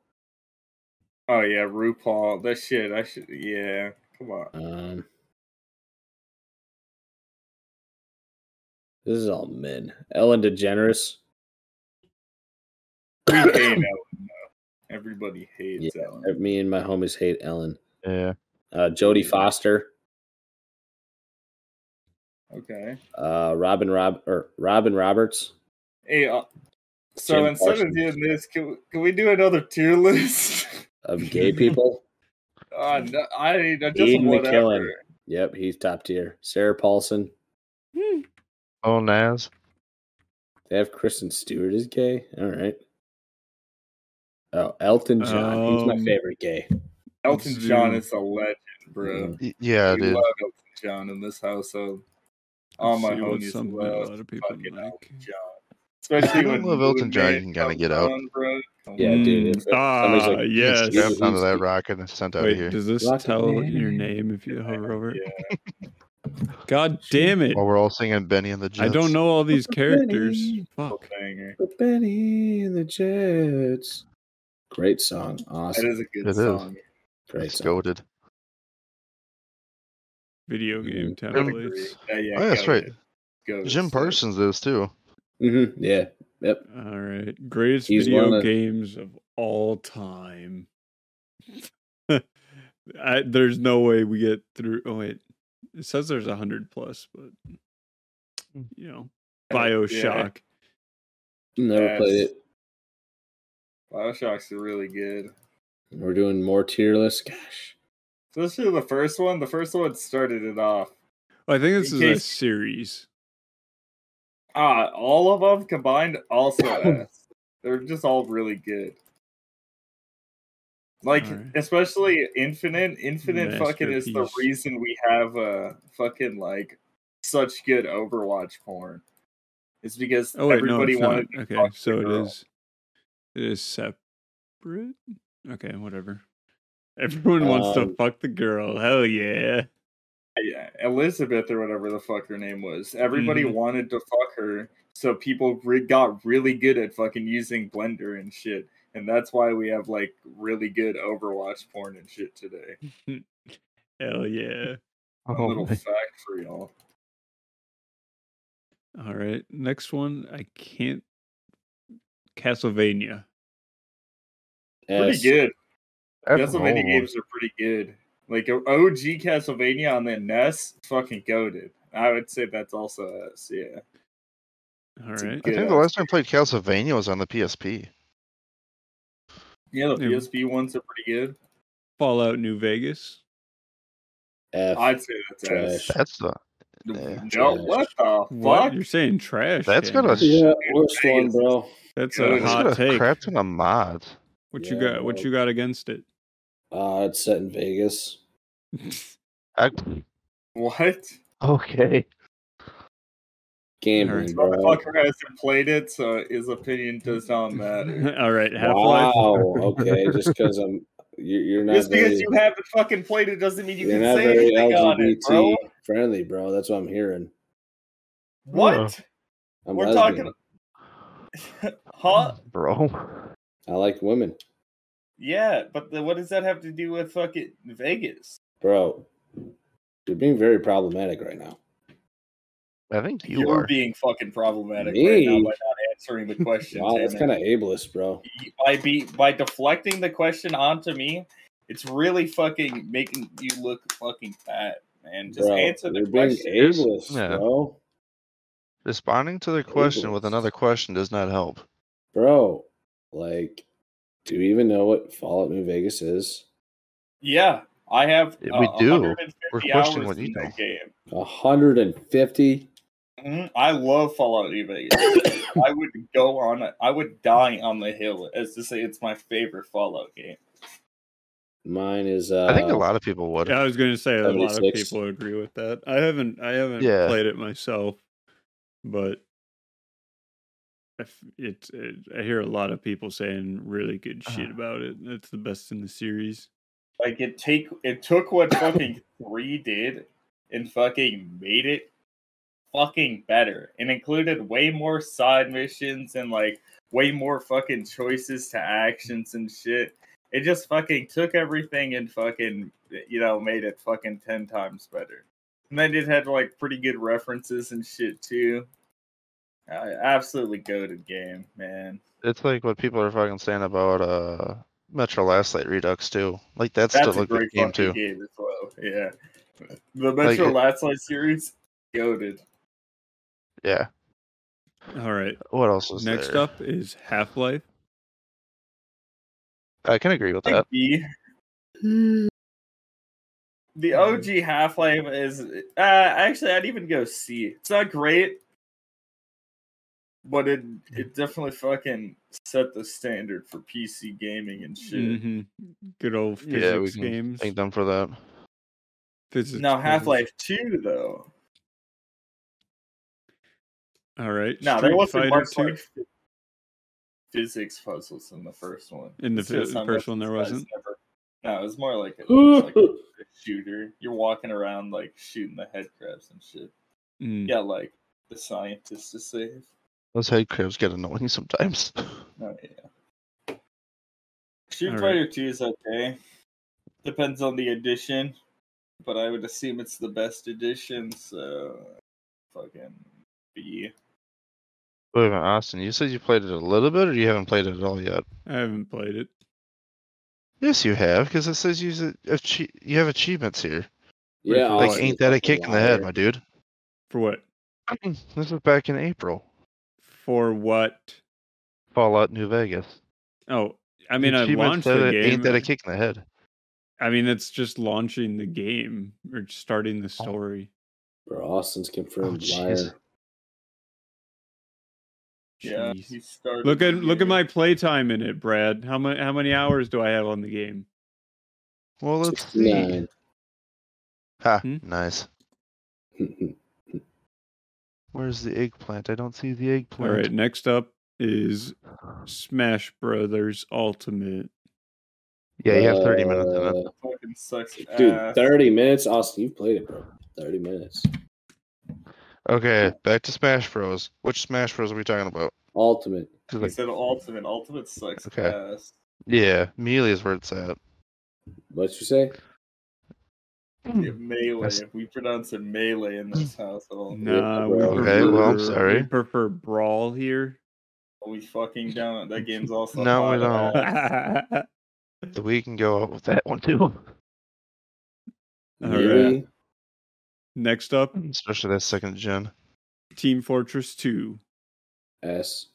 Oh yeah, RuPaul. That shit. I should. Yeah. Come on. Um, this is all men. Ellen DeGeneres. We hate Ellen. Though. Everybody hates Yeah. Ellen. Uh, Me and my homies hate Ellen. Yeah. Uh, Jodie Foster. Okay. Uh, Robin Rob or Robin Roberts. Hey. Uh, so Jim instead Parsons. of doing this, can we, can we do another tier list? of gay people. uh, no, I I just Ian whatever. McKellen. yep, he's top tier. Sarah Paulson. Oh, Naz. They have Kristen Stewart is gay. All right. Oh, Elton John. he's my Um, favorite gay. Elton Zoo. John is a legend, bro. Mm. Y- Yeah, we dude. love Elton John in this household. All Let's my see what homies something love a lot of people fucking like. John. Especially I when love Elton Moon John, Man you can kinda comes get out. on, bro. Come Yeah, on. dude. Mm. If somebody's Ah, like, yes. "Jesus, Strapped onto he's that gay." rock and sent out of Wait, here. does this Lots of tell men. your name if you hover over it? Yeah. God damn it! While we're all singing Benny and the Jets. I don't know all these characters. Benny. Fuck. Banger. But Benny and the Jets. Great song. That Awesome. is a It good is. song. Great It's song. goaded. Video game Mm. I agree. templates. Yeah, yeah, Oh, that's go right. with it. Go with Jim it. Parsons is too. hmm Yeah. Yep. All right, greatest He's video one of- games of all time. I, there's no way we get through. Oh wait, it says there's a hundred plus, but you know, Bioshock. Never Yes. played it. Bioshock's really good. We're doing more tier lists. Gosh. So let's do the first one. The first one started it off. Well, I think this In is a case- series. Ah, all of them combined also ass. They're just all really good. Like Alright. especially Infinite. Infinite fucking is the Masterpiece. reason we have uh fucking like such good Overwatch porn. It's because Oh wait, everybody no, wanted it's to not. fuck Okay, the so it girl. is. It is separate. Okay, whatever. Everyone wants to Um, fuck the girl. Hell yeah! Yeah, Elizabeth or whatever the fuck her name was. Everybody Mhm. wanted to fuck her, so people re- got really good at fucking using Blender and shit, and that's why we have like really good Overwatch porn and shit today. Hell yeah! Oh A little fact for y'all. All right, next one. I can't. Castlevania. Pretty S. good. That's an Castlevania old games are pretty good. Like a OG Castlevania on the NES, fucking goaded. I would say that's also us. Yeah, All It's a right. one. I think Yeah. the last time I played Castlevania was on the PSP. yeah. The Yeah. PSP ones are pretty good. Fallout New Vegas. F. I'd say that's us. Trash. That's the Yeah. No, what the What fuck? you're saying? Trash. That's Cameron. gotta- Yeah, worst one, bro. That's a Dude, That's got hot a take. crap ton of mods. What you Yeah, got? What bro. you got against it? Uh, it's set in Vegas. I, What? okay. Gambling, bro. Motherfucker hasn't played it, so his opinion does not matter. All right, Half Life. Wow. Okay, just because I'm, you- you're not Just very, because you haven't fucking played it doesn't mean you are can not say very anything on it, bro. LGBT friendly, bro. That's what I'm hearing. What? I'm We're lesbian. talking. huh? Bro. I like women, Yeah, but the, what does that have to do with fucking Vegas? bro. You're being very problematic right now. I think you You are are. being fucking problematic right Me? now by not answering the question. Wow, that's Tim. kind of ableist, bro. by be by deflecting the question onto me, it's really fucking making you look fucking fat, man. Just bro, answer the you're being question. ableist, Yeah. bro. Responding to the question with Ableist. another question does not help. Bro, like, do you even know what Fallout New Vegas is? Yeah, I have. We uh, do. 150 We're questioning hours what you in that know. game. 150. Mhm. I love Fallout New Vegas. I would go on. a- I would die on the hill as to say it's my favorite Fallout game. Mine is. Uh, I think a lot of people would. Yeah, I was going to say a lot of 76. people agree with that. I haven't, I haven't Yeah. played it myself, but if it's, it, I hear a lot of people saying really good Uh-huh. shit about it. It's the best in the series. Like it take it took what fucking three did and fucking made it fucking better and included way more side missions and like way more fucking choices to actions and shit. It just fucking took everything and fucking you know made it fucking ten times better. And then it had like pretty good references and shit too. Uh, absolutely goaded game, man. It's like what people are fucking saying about uh Metro Last Light Redux too. Like that's, That's still a a good great game too. fucking game as well. Yeah, the Like Metro it- Last Light series, goaded. Yeah. All right. What else is Next there? up is Half Life. I can agree with that. Like B. The Hmm. OG Half Life is uh, actually I'd even go C. It's not great, but it it definitely fucking set the standard for PC gaming and shit. hmm Good old physics Yeah, we can games. thank them for that. Physics, Now physics. Half Life Two though, All right. no, Street there wasn't Fighter much 2. like phy- physics puzzles in the first one. In the It's fi- just how first much one there it's wasn't? never- no, it was more like a, it was like a shooter. You're walking around like shooting the head crabs and shit. Mm. Yeah, like the scientist to save. Those head crabs get annoying sometimes. Oh yeah. Street All right. Fighter Two is okay. Depends on the edition, but I would assume it's the best edition. So, fucking B. Wait a minute, Austin, you said you played it a little bit or you haven't played it at all yet? I haven't played it. Yes, you have, because it says you, s- achie- you have achievements here. Yeah, Like, Like, Austin, ain't that a fucking kick in the head, liar. my dude? For what? this was back in April. For what? Fallout New Vegas. Oh, I mean, I Achievement launched said the it game. Ain't that a kick in the head? I mean, it's just launching Mm. the game or starting Oh, the story. Bro, Austin's confirmed jeez. liar. Yeah, Jeez. he started. Look at the look at game. my playtime in it, Brad. How many how many hours do I have on the game? Well, let's see. 69. Ha, Hmm? nice. Where's the eggplant? I don't see the eggplant. All right, next up is Smash Brothers Ultimate. Yeah, you have 30 minutes in it. Uh, fucking sucks. Dude, ass. 30 minutes? Austin, you've played it, bro. 30 minutes. Okay, back to Smash Bros. Which Smash Bros are we talking about? Ultimate. 'Cause, He like, said ultimate. Ultimate sucks. Okay. Ass. yeah, Melee is where it's at. What'd you say? Yeah, melee. That's- If we pronounce it melee in this house at all, Nah, we well, okay, well, I'm prefer- sorry. We prefer Brawl here. we fucking don't. That game's also No, we hot don't. ass. All So we can go out with that one too. right. Really? Next up, Mm. Especially that second gen. Team Fortress 2. S.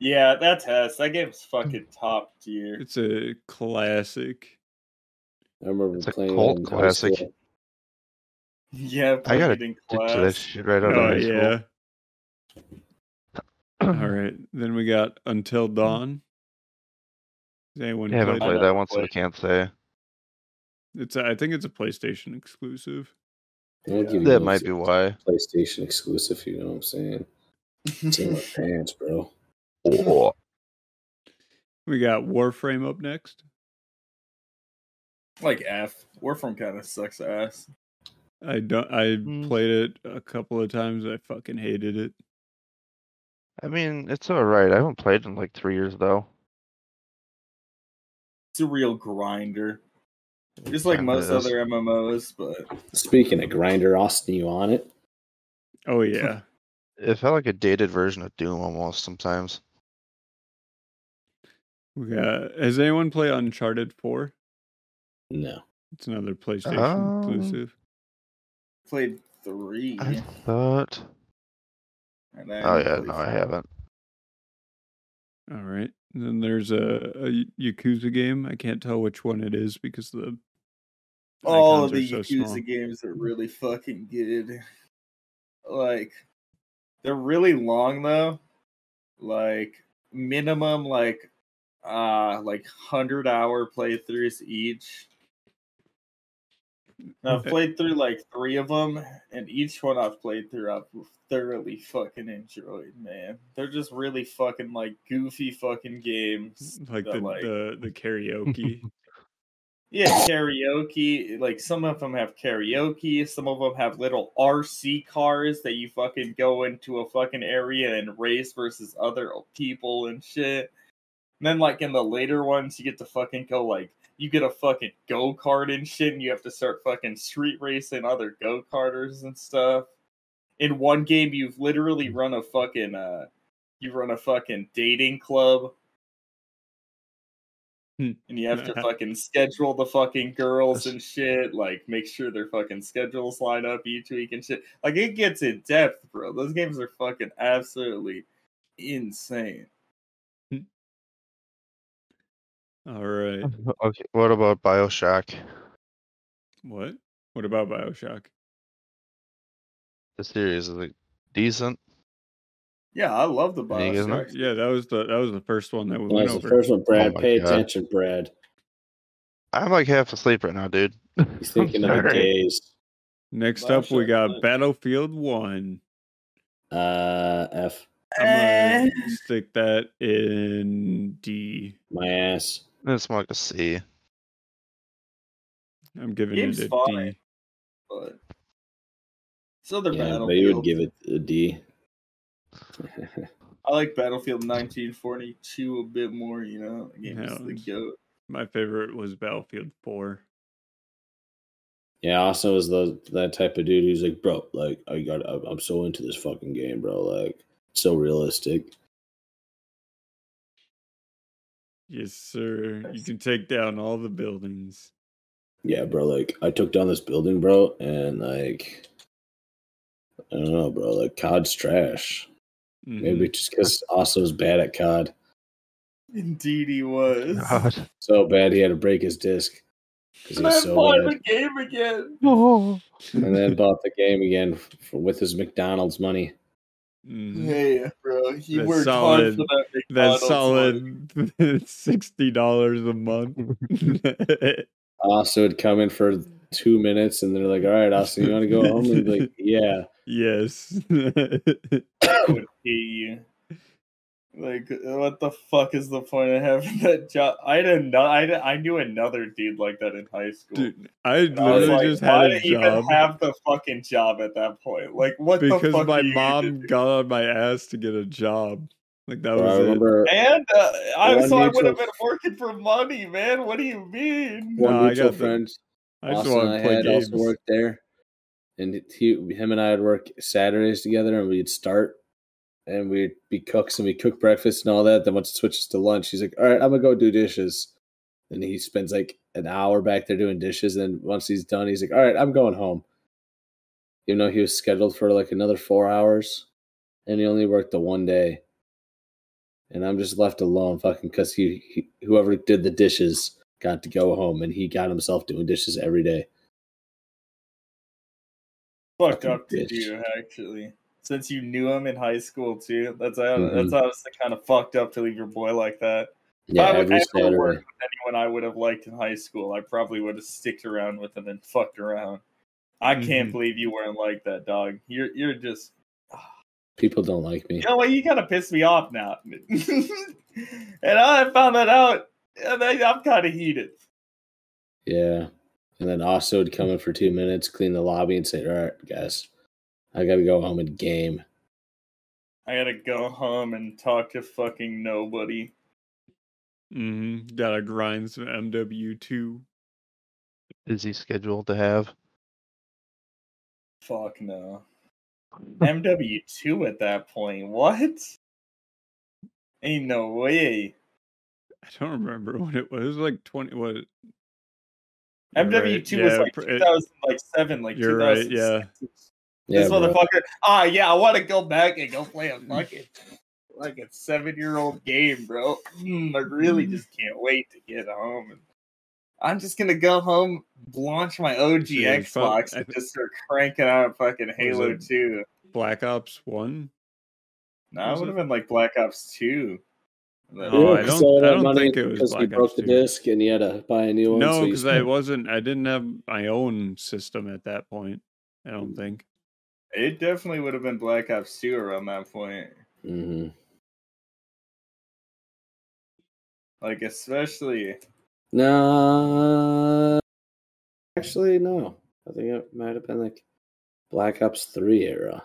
Yeah, that's ass. That game's fucking top tier. It's a classic. I remember It's a playing cult it in high classic. school. Yeah, I gotta played in Stick to that class. shit right Oh, out of high school. yeah. All right. Then we got Until Mm. Dawn. Has anyone I haven't played played it? that one, so I can't say. It's a, I think it's a PlayStation exclusive. They don't give you That no might be why. PlayStation exclusive, you know what I'm saying? Team my pants, bro. Oh, We got Warframe up next. like F. Warframe kind of sucks ass. I don't. I Mm. Hmm. played it a couple of times. I fucking hated it. I mean, it's alright. I haven't played in like three years though. It's a real grinder. Just like Kinda most is. other MMOs, but Speaking of grinder, Austin, you on it? Oh yeah. It felt like a dated version of Doom almost sometimes. we got. Has anyone played Uncharted Four? No. It's another PlayStation Um, exclusive. played three. I thought. and I Oh haven't yeah, played no, I four. haven't. All right. And then there's a, a Y- Yakuza game. I can't tell which one it is because the All icons of the are so Yakuza small. games are really fucking good. Like, they're really long though. Like minimum like uh like hundred hour playthroughs each. Now, I've Okay. played through like three of them, and each one I've played through, I've thoroughly fucking enjoyed. Man, they're just really fucking like goofy fucking games. like that, the the, the karaoke. yeah, karaoke. Like some of them have karaoke. Some of them have little RC cars that you fucking go into a fucking area and race versus other people and shit. And then like in the later ones, you get to fucking go like you get a fucking go kart and shit, and you have to start fucking street racing other go karters and stuff. In one game, you've literally run a fucking uh, you run a fucking dating club and you have to fucking schedule the fucking girls and shit, like make sure their fucking schedules line up each week and shit. Like it gets in depth, bro. Those games are fucking absolutely insane. All right. Okay, what about Bioshock? What? What about Bioshock? The series is like decent. Yeah, I love the Any good Bioshock. Yeah, that was the that was the first one that we Well, went that's the over. first one, Brad. Oh my Pay God. attention, Brad. I'm like half asleep right now, dude. He's thinking of the days. Next up, we Bioshock, got but- Battlefield One. Uh, F I'm Eh. gonna stick that in D. my ass. It's more like a C. I'm giving Game's it a D. fine. But so they're Yeah, but you Battlefield. would give it a D. I like Battlefield 1942 a bit more. You know, the game is Yeah, the it's- goat. My favorite was Battlefield Four. Yeah, Austin was the that type of dude who's like, bro, like I got, I'm I'm so into this fucking game, bro. Like, so realistic. Yes, sir. You Nice. can take down all the buildings. Yeah, bro. Like, I took down this building, bro, and like, I don't know, bro. Like, COD's trash. Mhm. Maybe just because Austin was bad at COD. Indeed, he was. God. So bad he had to break his disc because And I he's so bought bad. the game again. and then bought the game again f- with his McDonald's money. Mhm. Hey, bro, he That's worked solid. hard for that. That's McDonald's money. solid sixty dollars a month. Asta would come in for two minutes, and they're like, "All right, Asta, you want to go home?" And he'd be like, "Yeah." yes. I would pay you. Like, what the fuck is the point of having that job? I didn't know. I, didn't- I knew another dude like that in high school. Dude, I And I was literally like, just why had a do you even job have the fucking job at that point? Like, what the because fuck? my do you mom even do? got on my ass to get a job. Like that Bro, I was it. remember And uh, I One so I mutual- would have been working for money, man. What do you mean? one No, I mutual got the- friend, I just Austin want I to play had games. also worked there, and it- he, him and I would work Saturdays together, and we'd start, and we'd be cooks, and we cook breakfast and all that. Then once it switches to lunch, he's like, "All right, I'm gonna go do dishes," and he spends like an hour back there doing dishes. And then once he's done, he's like, "All right, I'm going home," even though he was scheduled for like another four hours, and he only worked the one day. And I'm just left alone, fucking, because he, he whoever did the dishes got to go home, and he got himself doing dishes every day. Fucked Fucking up to bitch. do, actually. Since you knew him in high school too, that's Mm-hmm. Mhm. that's honestly kind of fucked up to leave your boy like that. If Yeah, I would every ever Saturday. work with anyone I would have liked in high school, I probably would have sticked around with them and fucked around. I can't Mhm. believe you weren't like that, dog. You're you're just People don't like me. you know what? You kind of pissed me off now, and I found that out. And I, I'm kind of heated. Yeah. And then also would come in for two minutes, clean the lobby, and say, All right, guys, I got to go home and game. I gotta go home and talk to fucking nobody. hmm Gotta grind some MW two. Busy schedule to have. Fuck no. MW2 at that point. What? Ain't no way. I don't remember what it was. It was like twenty. What? You're right, MW2 yeah, was like pr- it- 2007, like You're right. 2006. Yeah. Yeah, This bro. motherfucker. Ah, yeah, I want to go back and go play a fucking like a seven year old game, bro. Mm, I really just can't wait to get home. And I'm just gonna go home, launch my OG Yeah, it's prob- Xbox, I and thi- just start cranking out fucking Halo it- Two. Black Ops One. No, I Was would have it? been like Black Ops Two. No, oh, I Yeah, 'cause don't- all I that don't money think it was because you Black Ops broke the 2. disc and you had to buy a new one. No, so you because I spent- wasn't. I didn't have my own system at that point. I Mm, don't think. It definitely would have been Black Ops Two around that point. Mhm. Like especially No. Actually, no. I think it might have been like Black Ops 3 era.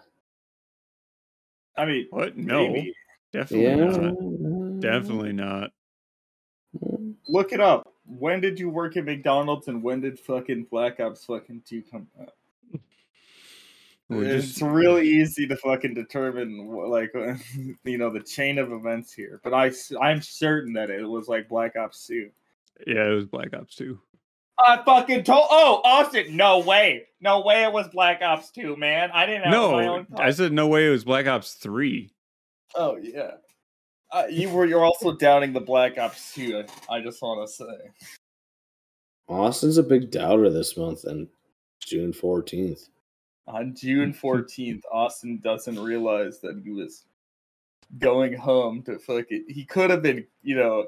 I mean What? No, maybe. definitely Yeah. Mm-hmm. not. Definitely not. look it up. When did you work at McDonald's and when did fucking Black Ops fucking two come out? We're it's really easy to fucking determine wh- like you know the chain of events here. But I s- I'm certain that it was like Black Ops two. Yeah, it was Black Ops Two. I fucking told. Oh, Austin, no way, no way, it was Black Ops two, man. I didn't have my No, own. I said no way. It was Black Ops Three. Oh yeah. Uh, you were you're also downing the Black Ops 2, I I just want to say. Austin's a big doubter this month and June 14th. On June 14th, Austin doesn't realize that he was going home to fucking he could have been, you know,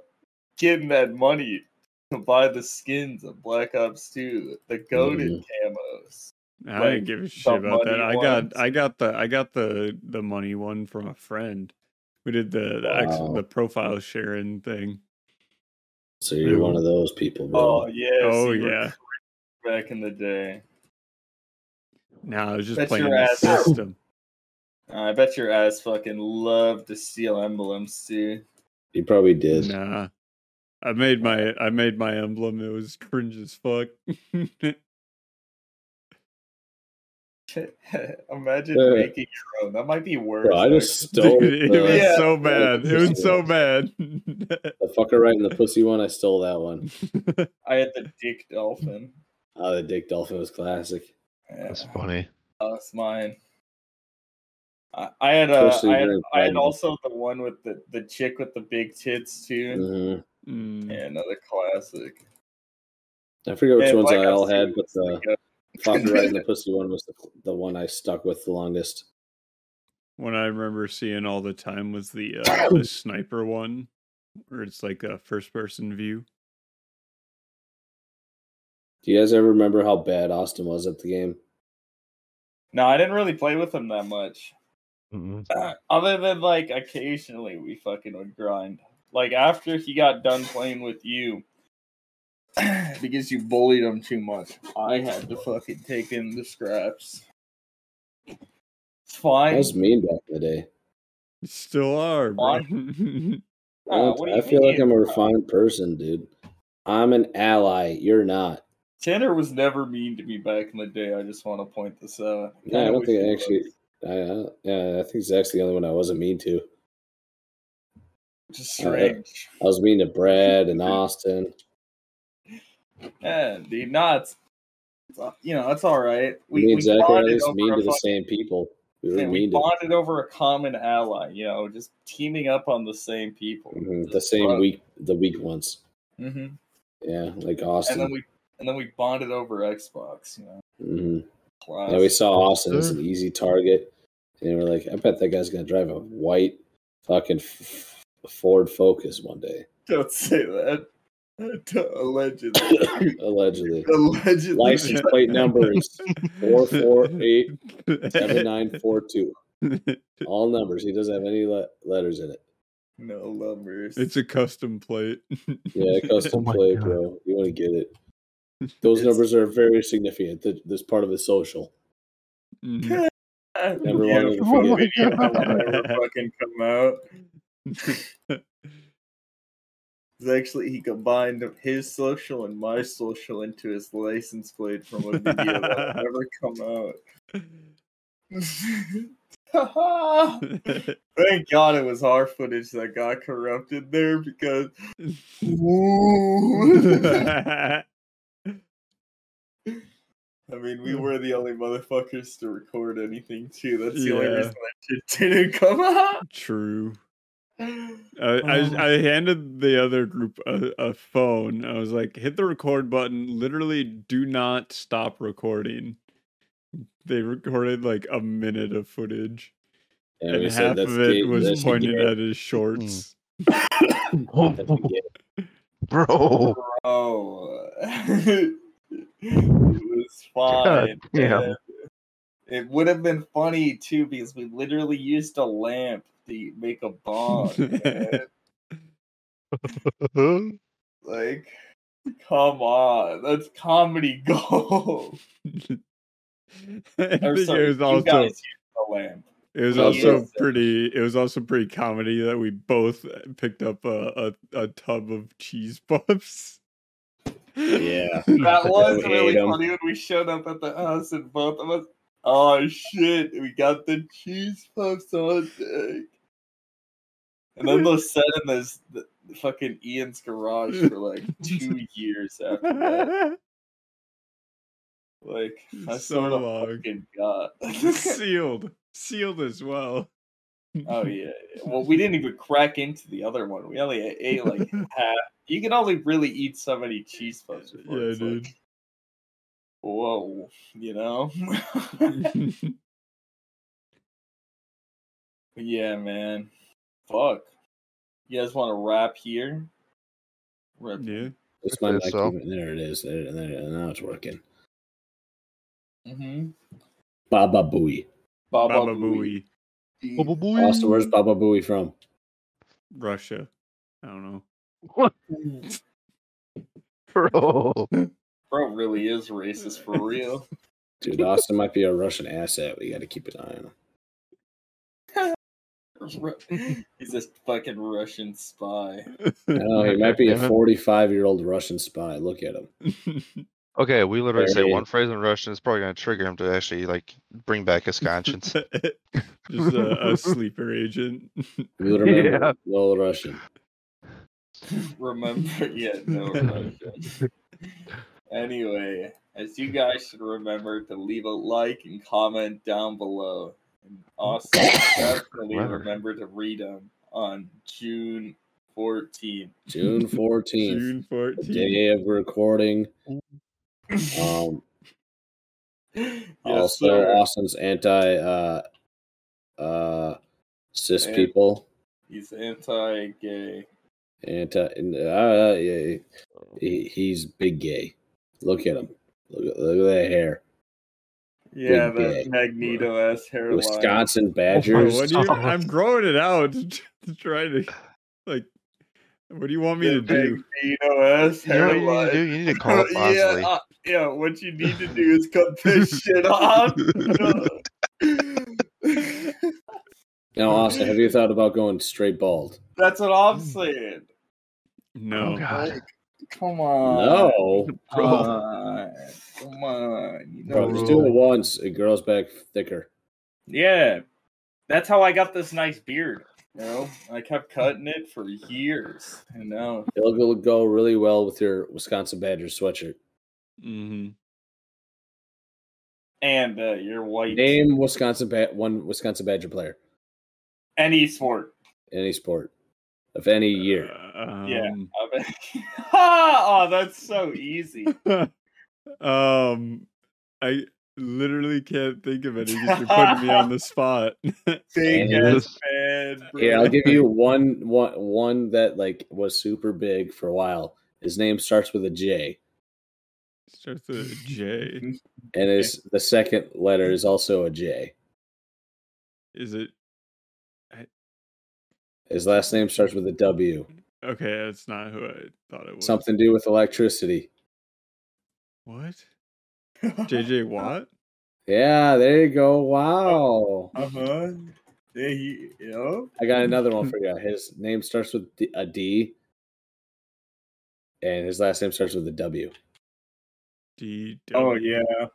getting that money to buy the skins of Black Ops 2, the goaded Mhm. camos. I Like, didn't give a shit about that. money I ones. got I got the I got the the money one from a friend. We did the the, ex, Wow. the profile sharing thing. So you're Ooh. one of those people, bro. Oh yeah. oh see, we're yeah. Back in the day. No, I was just Bet playing your the ass- system. I bet your ass fucking love to steal emblems too. You probably did. Nah. I made my I made my emblem. It was cringe as fuck. Imagine Yeah. making your own. That might be worse. Bro, I just stole Dude, it the, was Yeah. so bad. It was so bad. the fucker right in the pussy one. I stole that one. actually. I had the dick dolphin. Oh, the dick dolphin was classic. Yeah, That's funny. that's mine. I, I had a, Totally I had, agree. I had also the one with the, the chick with the big tits too. Mhm. Mm, Yeah, another classic. I forget which And ones like I I've all had, seen but this, the like, fuck right in the pussy one was the, the one I stuck with the longest. One I remember seeing all the time was the uh, the sniper one, where it's like a first person view. Do you guys ever remember how bad Austin was at the game? No, I didn't really play with them that much. Uh, Mm-mm. Other than like occasionally we fucking would grind. Like after he got done playing with you because you bullied him too much, I had to fucking take in the scraps. It's I fine. was mean back in the day. You Still are, bro. Why? Ah, I don't- what do I you feel like mean? Uh, I'm a refined person, dude. I'm an ally. You're not. Tanner was never mean to me back in the day. I just want to point this out. No, I Kinda don't wish think he I actually. was. I, I, yeah, I think Zach's the only one I wasn't mean to. Just I don't- strange. I was mean to Brad and Austin. Yeah, dude, no, it's, it's uh, you know, it's all right. We, Me we and Zach are at bonded least over mean a to the fucking- same people. We were and we mean to bonded over a common ally. You know, just teaming up on the same people. mhm, the Just same fuck. week, the weak ones. Mhm. Yeah, like And Austin. then we and then we bonded over Xbox. You know, hmm class. Yeah, we saw Austin as an easy target, and we're like, I bet that guy's gonna drive a white fucking f- Ford Focus one day, Don't say that. Allegedly, allegedly. allegedly, License plate number is four four eight seven nine four two. All numbers. He doesn't have any le- letters in it. no lovers. It's a custom plate. Yeah, Oh custom my play, God. bro. You want to get it? Those It's- numbers are very significant. Th- this part of his social. Mm. Never Yeah, wanted to oh my forget. it. Video will never fucking come out. It's actually he combined his social and my social into his license plate from a video that will never come out. Thank God it was our footage that got corrupted there because I mean we were the only motherfuckers to record anything too. That's the only Yeah. reason that shit didn't come out. True. I, I I handed the other group a, a phone. I was like, hit the record button. Literally, do not stop recording. They recorded like a minute of footage, And and, we said half that's of it gay, was that's pointed gay, at his shorts. that's gay. Bro, Oh, it was fine. damn. man. It would have been funny too because we literally used a lamp to make a bomb. man. like, come on, that's comedy gold. I Or think sorry, it was you also guys used a lamp. it was Yeah, also yeah. pretty it was also pretty comedy that we both uh, picked up a a, a tub of cheese puffs. Yeah. That was we really ate um, 'em. funny when we showed up at the house and both of us. Oh shit, we got the cheese puffs on deck. And then those sat in this the, fucking Ian's garage for like two years after that. Like I So sort of long. fucking got. sealed, sealed as well. oh yeah. Well, we didn't even crack into the other one. We only ate like half. You can only really eat so many cheese puffs. Before Yeah, it's like, dude. Whoa, you know. Yeah, man. Fuck. You guys want to wrap here? Rip. yeah. This I one, guess so. there it is. There, there, now it's working. Mm-hmm. Baba Booey. Baba, Baba Booey. Booey, Bubble boy. Austin, where's Baba Booey from? Russia. I don't know. Bro. Bro really is racist for real. Dude, Austin might be a Russian asset. We got to keep an eye on him. He's a fucking Russian spy. No, he might be Damn a it. 45 year old Russian spy. Look at him. Okay, we literally say Very- one phrase in Russian. It's probably gonna trigger him to actually like bring back his conscience. Just a, a sleeper agent. You remember Yeah. little Russian. Remember? Yeah, no Russian. anyway, as you guys should remember to leave a like and comment down below. And Austin definitely Clever. remember to read them on June 14th. June 14th, June 14th. day of recording. yes, Um, also, sir. Austin's anti uh, uh, cis And- people. He's anti-gay. Anti, and, uh, yeah, he, he's big gay. Look at him. Look, at- look at that hair. Yeah, Big that gay. Magneto ass hairline. Wisconsin Bro, Badgers. what do you, I'm growing it out to, tr- to try to like. What do you want me to do? Magneto ass You know what you need to do? You need hairline. to call up Bosley. yeah, uh, yeah, what you need to do is cut this shit off. Now, Austin, have you thought about going straight bald? That's what I'm saying. No, Oh, God. Like, come on. No. Come Bro. on. Come on. You Bro, know- just do it once. It grows back thicker. Yeah. That's how I got this nice beard. You know, I kept cutting it for years. You know, It'll go- go really well with your Wisconsin Badgers sweatshirt. hmm and uh, you're white. Name Wisconsin ba- one Wisconsin Badger player, Any sport. any sport, of any year. Yeah. Um, oh, that's so easy. um, I literally can't think of anything. You're putting me on the spot. Big And ass man. bro. Yeah, I'll give you one one one that like was super big for a while. His name starts with a J, Starts with a J. and his the second letter is also a J. Is it His last name starts with a W. okay? That's not who I thought it was. Something to do with electricity. What? JJ Watt? Yeah, there you go. Wow. Uh huh. Yeah, he, you know? I got another one for you. His name starts with D- a D, and his last name starts with a W. D. Oh W- yeah.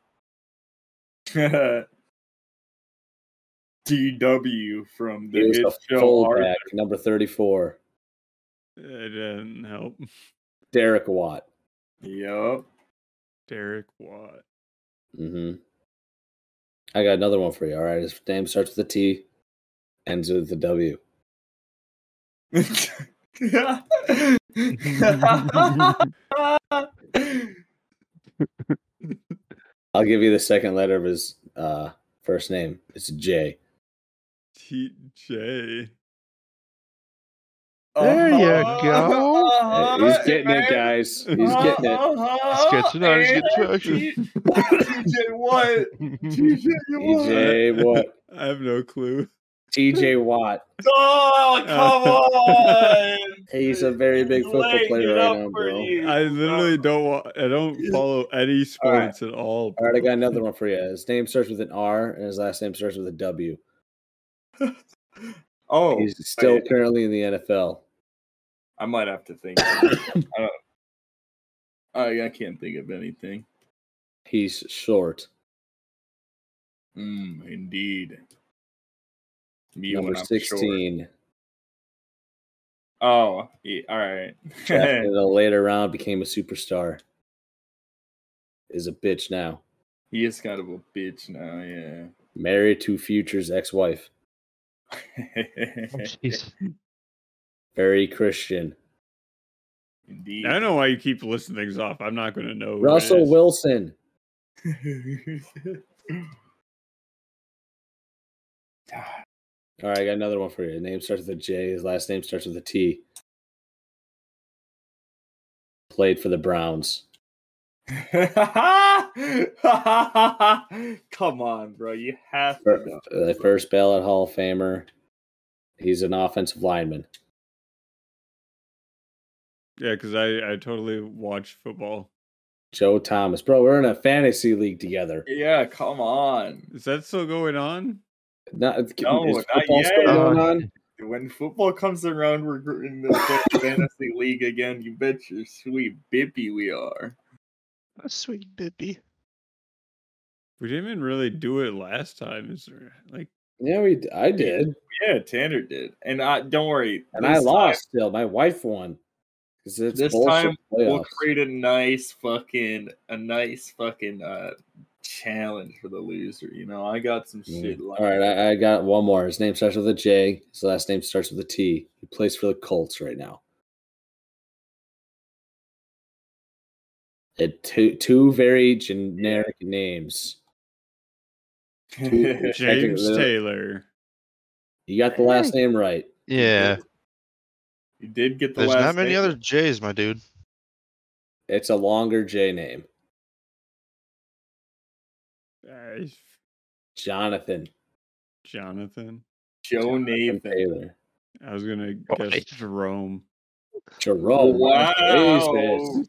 DW from the He was hit a show Arthur. fullback, number thirty-four. It didn't help. Derek Watt. Yup. Derek Watt. hmm I got another one for you. All right, his name starts with a T, ends with a W. I'll give you the second letter of his uh, first name. It's J. TJ. There you go. Hey, Uh, he's getting it, guys. He's getting it. Uh-huh, catching on, he's and getting traction. TJ Watt. TJ Watt. TJ Watt. I have no clue. TJ Watt. Oh, come on. He's a very big football Laying player it right up now, for bro. you. I literally don't want. I don't follow any right. sports at all. All right, I got another one for you. His name starts with an R, and his last name starts with a W. Oh, He's still wait. currently in the NFL. I might have to think. I don't. I, I can't think of anything. He's short. Mm, indeed. Me Number when I'm short. 16. Oh, yeah, all right. drafted in a later round, became a superstar. Is a bitch now. he is kind of a bitch now. Yeah. Married to Future's ex wife. Oh, Jeez. Very Christian. indeed. I don't know why you keep listing things off. I'm not going to know. who it Russell is. Wilson. All right, I got another one for you. His name starts with a J. His last name starts with a T. Played for the Browns. Come on, bro. You have to. Fir- Know. Uh, The first ballot Hall of Famer. He's an offensive lineman. Yeah, because I, I totally watch football. Joe Thomas. Bro, we're in a fantasy league together. Yeah, come on. Is that still going on? Not, No, is not football still yet. going on? When football comes around, we're gr- in the fantasy league again. You bet your sweet bippy we are. A sweet bippy. We didn't even really do it last time. Is there like Yeah, we. I did. Yeah, Tanner did, and I don't worry. And this I time- lost still. My wife won. 'Cause It's This bullshit time we'll playoffs. create a nice fucking a nice fucking uh challenge for the loser. You know, I got some shit. Mm. All Like right, I, I got one more. His name starts with a J. His last name starts with a T. He plays for the Colts right now. It two two very generic names. that. James Technically- Taylor. You got the last name right. Yeah. you did get the There's last. not many name. other J's, my dude. It's a longer J name, Uh, Jonathan. Jonathan. Joe Nathan. Taylor. I was gonna Why? guess Jerome. Jerome. Wow. Bro. Jesus.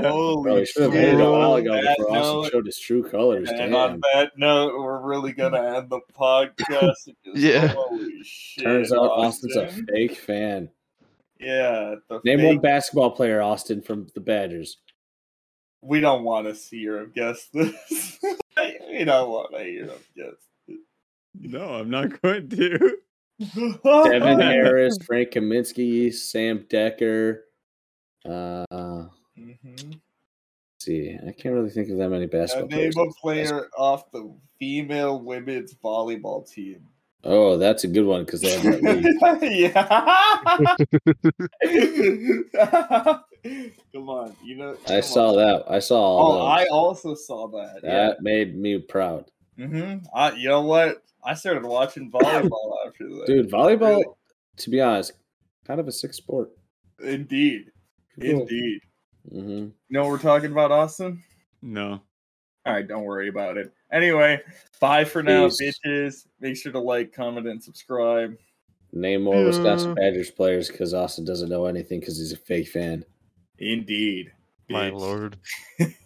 Bro, Holy you should have shit. waited a On while ago that before Austin note- showed his true colors. And Damn. on that note, we're really gonna end the podcast. because Yeah. Holy shit. Turns out Austin's a Austin. fake fan. Yeah. the Name one fake- basketball player, Austin, from the Badgers. We don't want to see her guess this. we don't want to hear him guess. No, I'm not going to. this. Devin Harris, Frank Kaminsky, Sam Decker. Uh, let's Mhm. see, I can't really think of that many Now basketball name players. a player off the female women's volleyball team. Oh, that's a good one because they have that league. yeah. come on, you know. I saw that. I saw all Oh, those. I also saw that. Yeah. that made me proud, hmm I, you know what? I started watching volleyball after that. dude. Volleyball, Really. to be honest, kind of a sick sport. Indeed. Indeed. hmm You know what we're talking about, Austin? No. All right, don't worry about it. Anyway, bye for now, Peace. bitches. Make sure to like, comment, and subscribe. Name more Wisconsin Yeah. Badgers players because Austin doesn't know anything because he's a fake fan. Indeed. My Bitch. lord.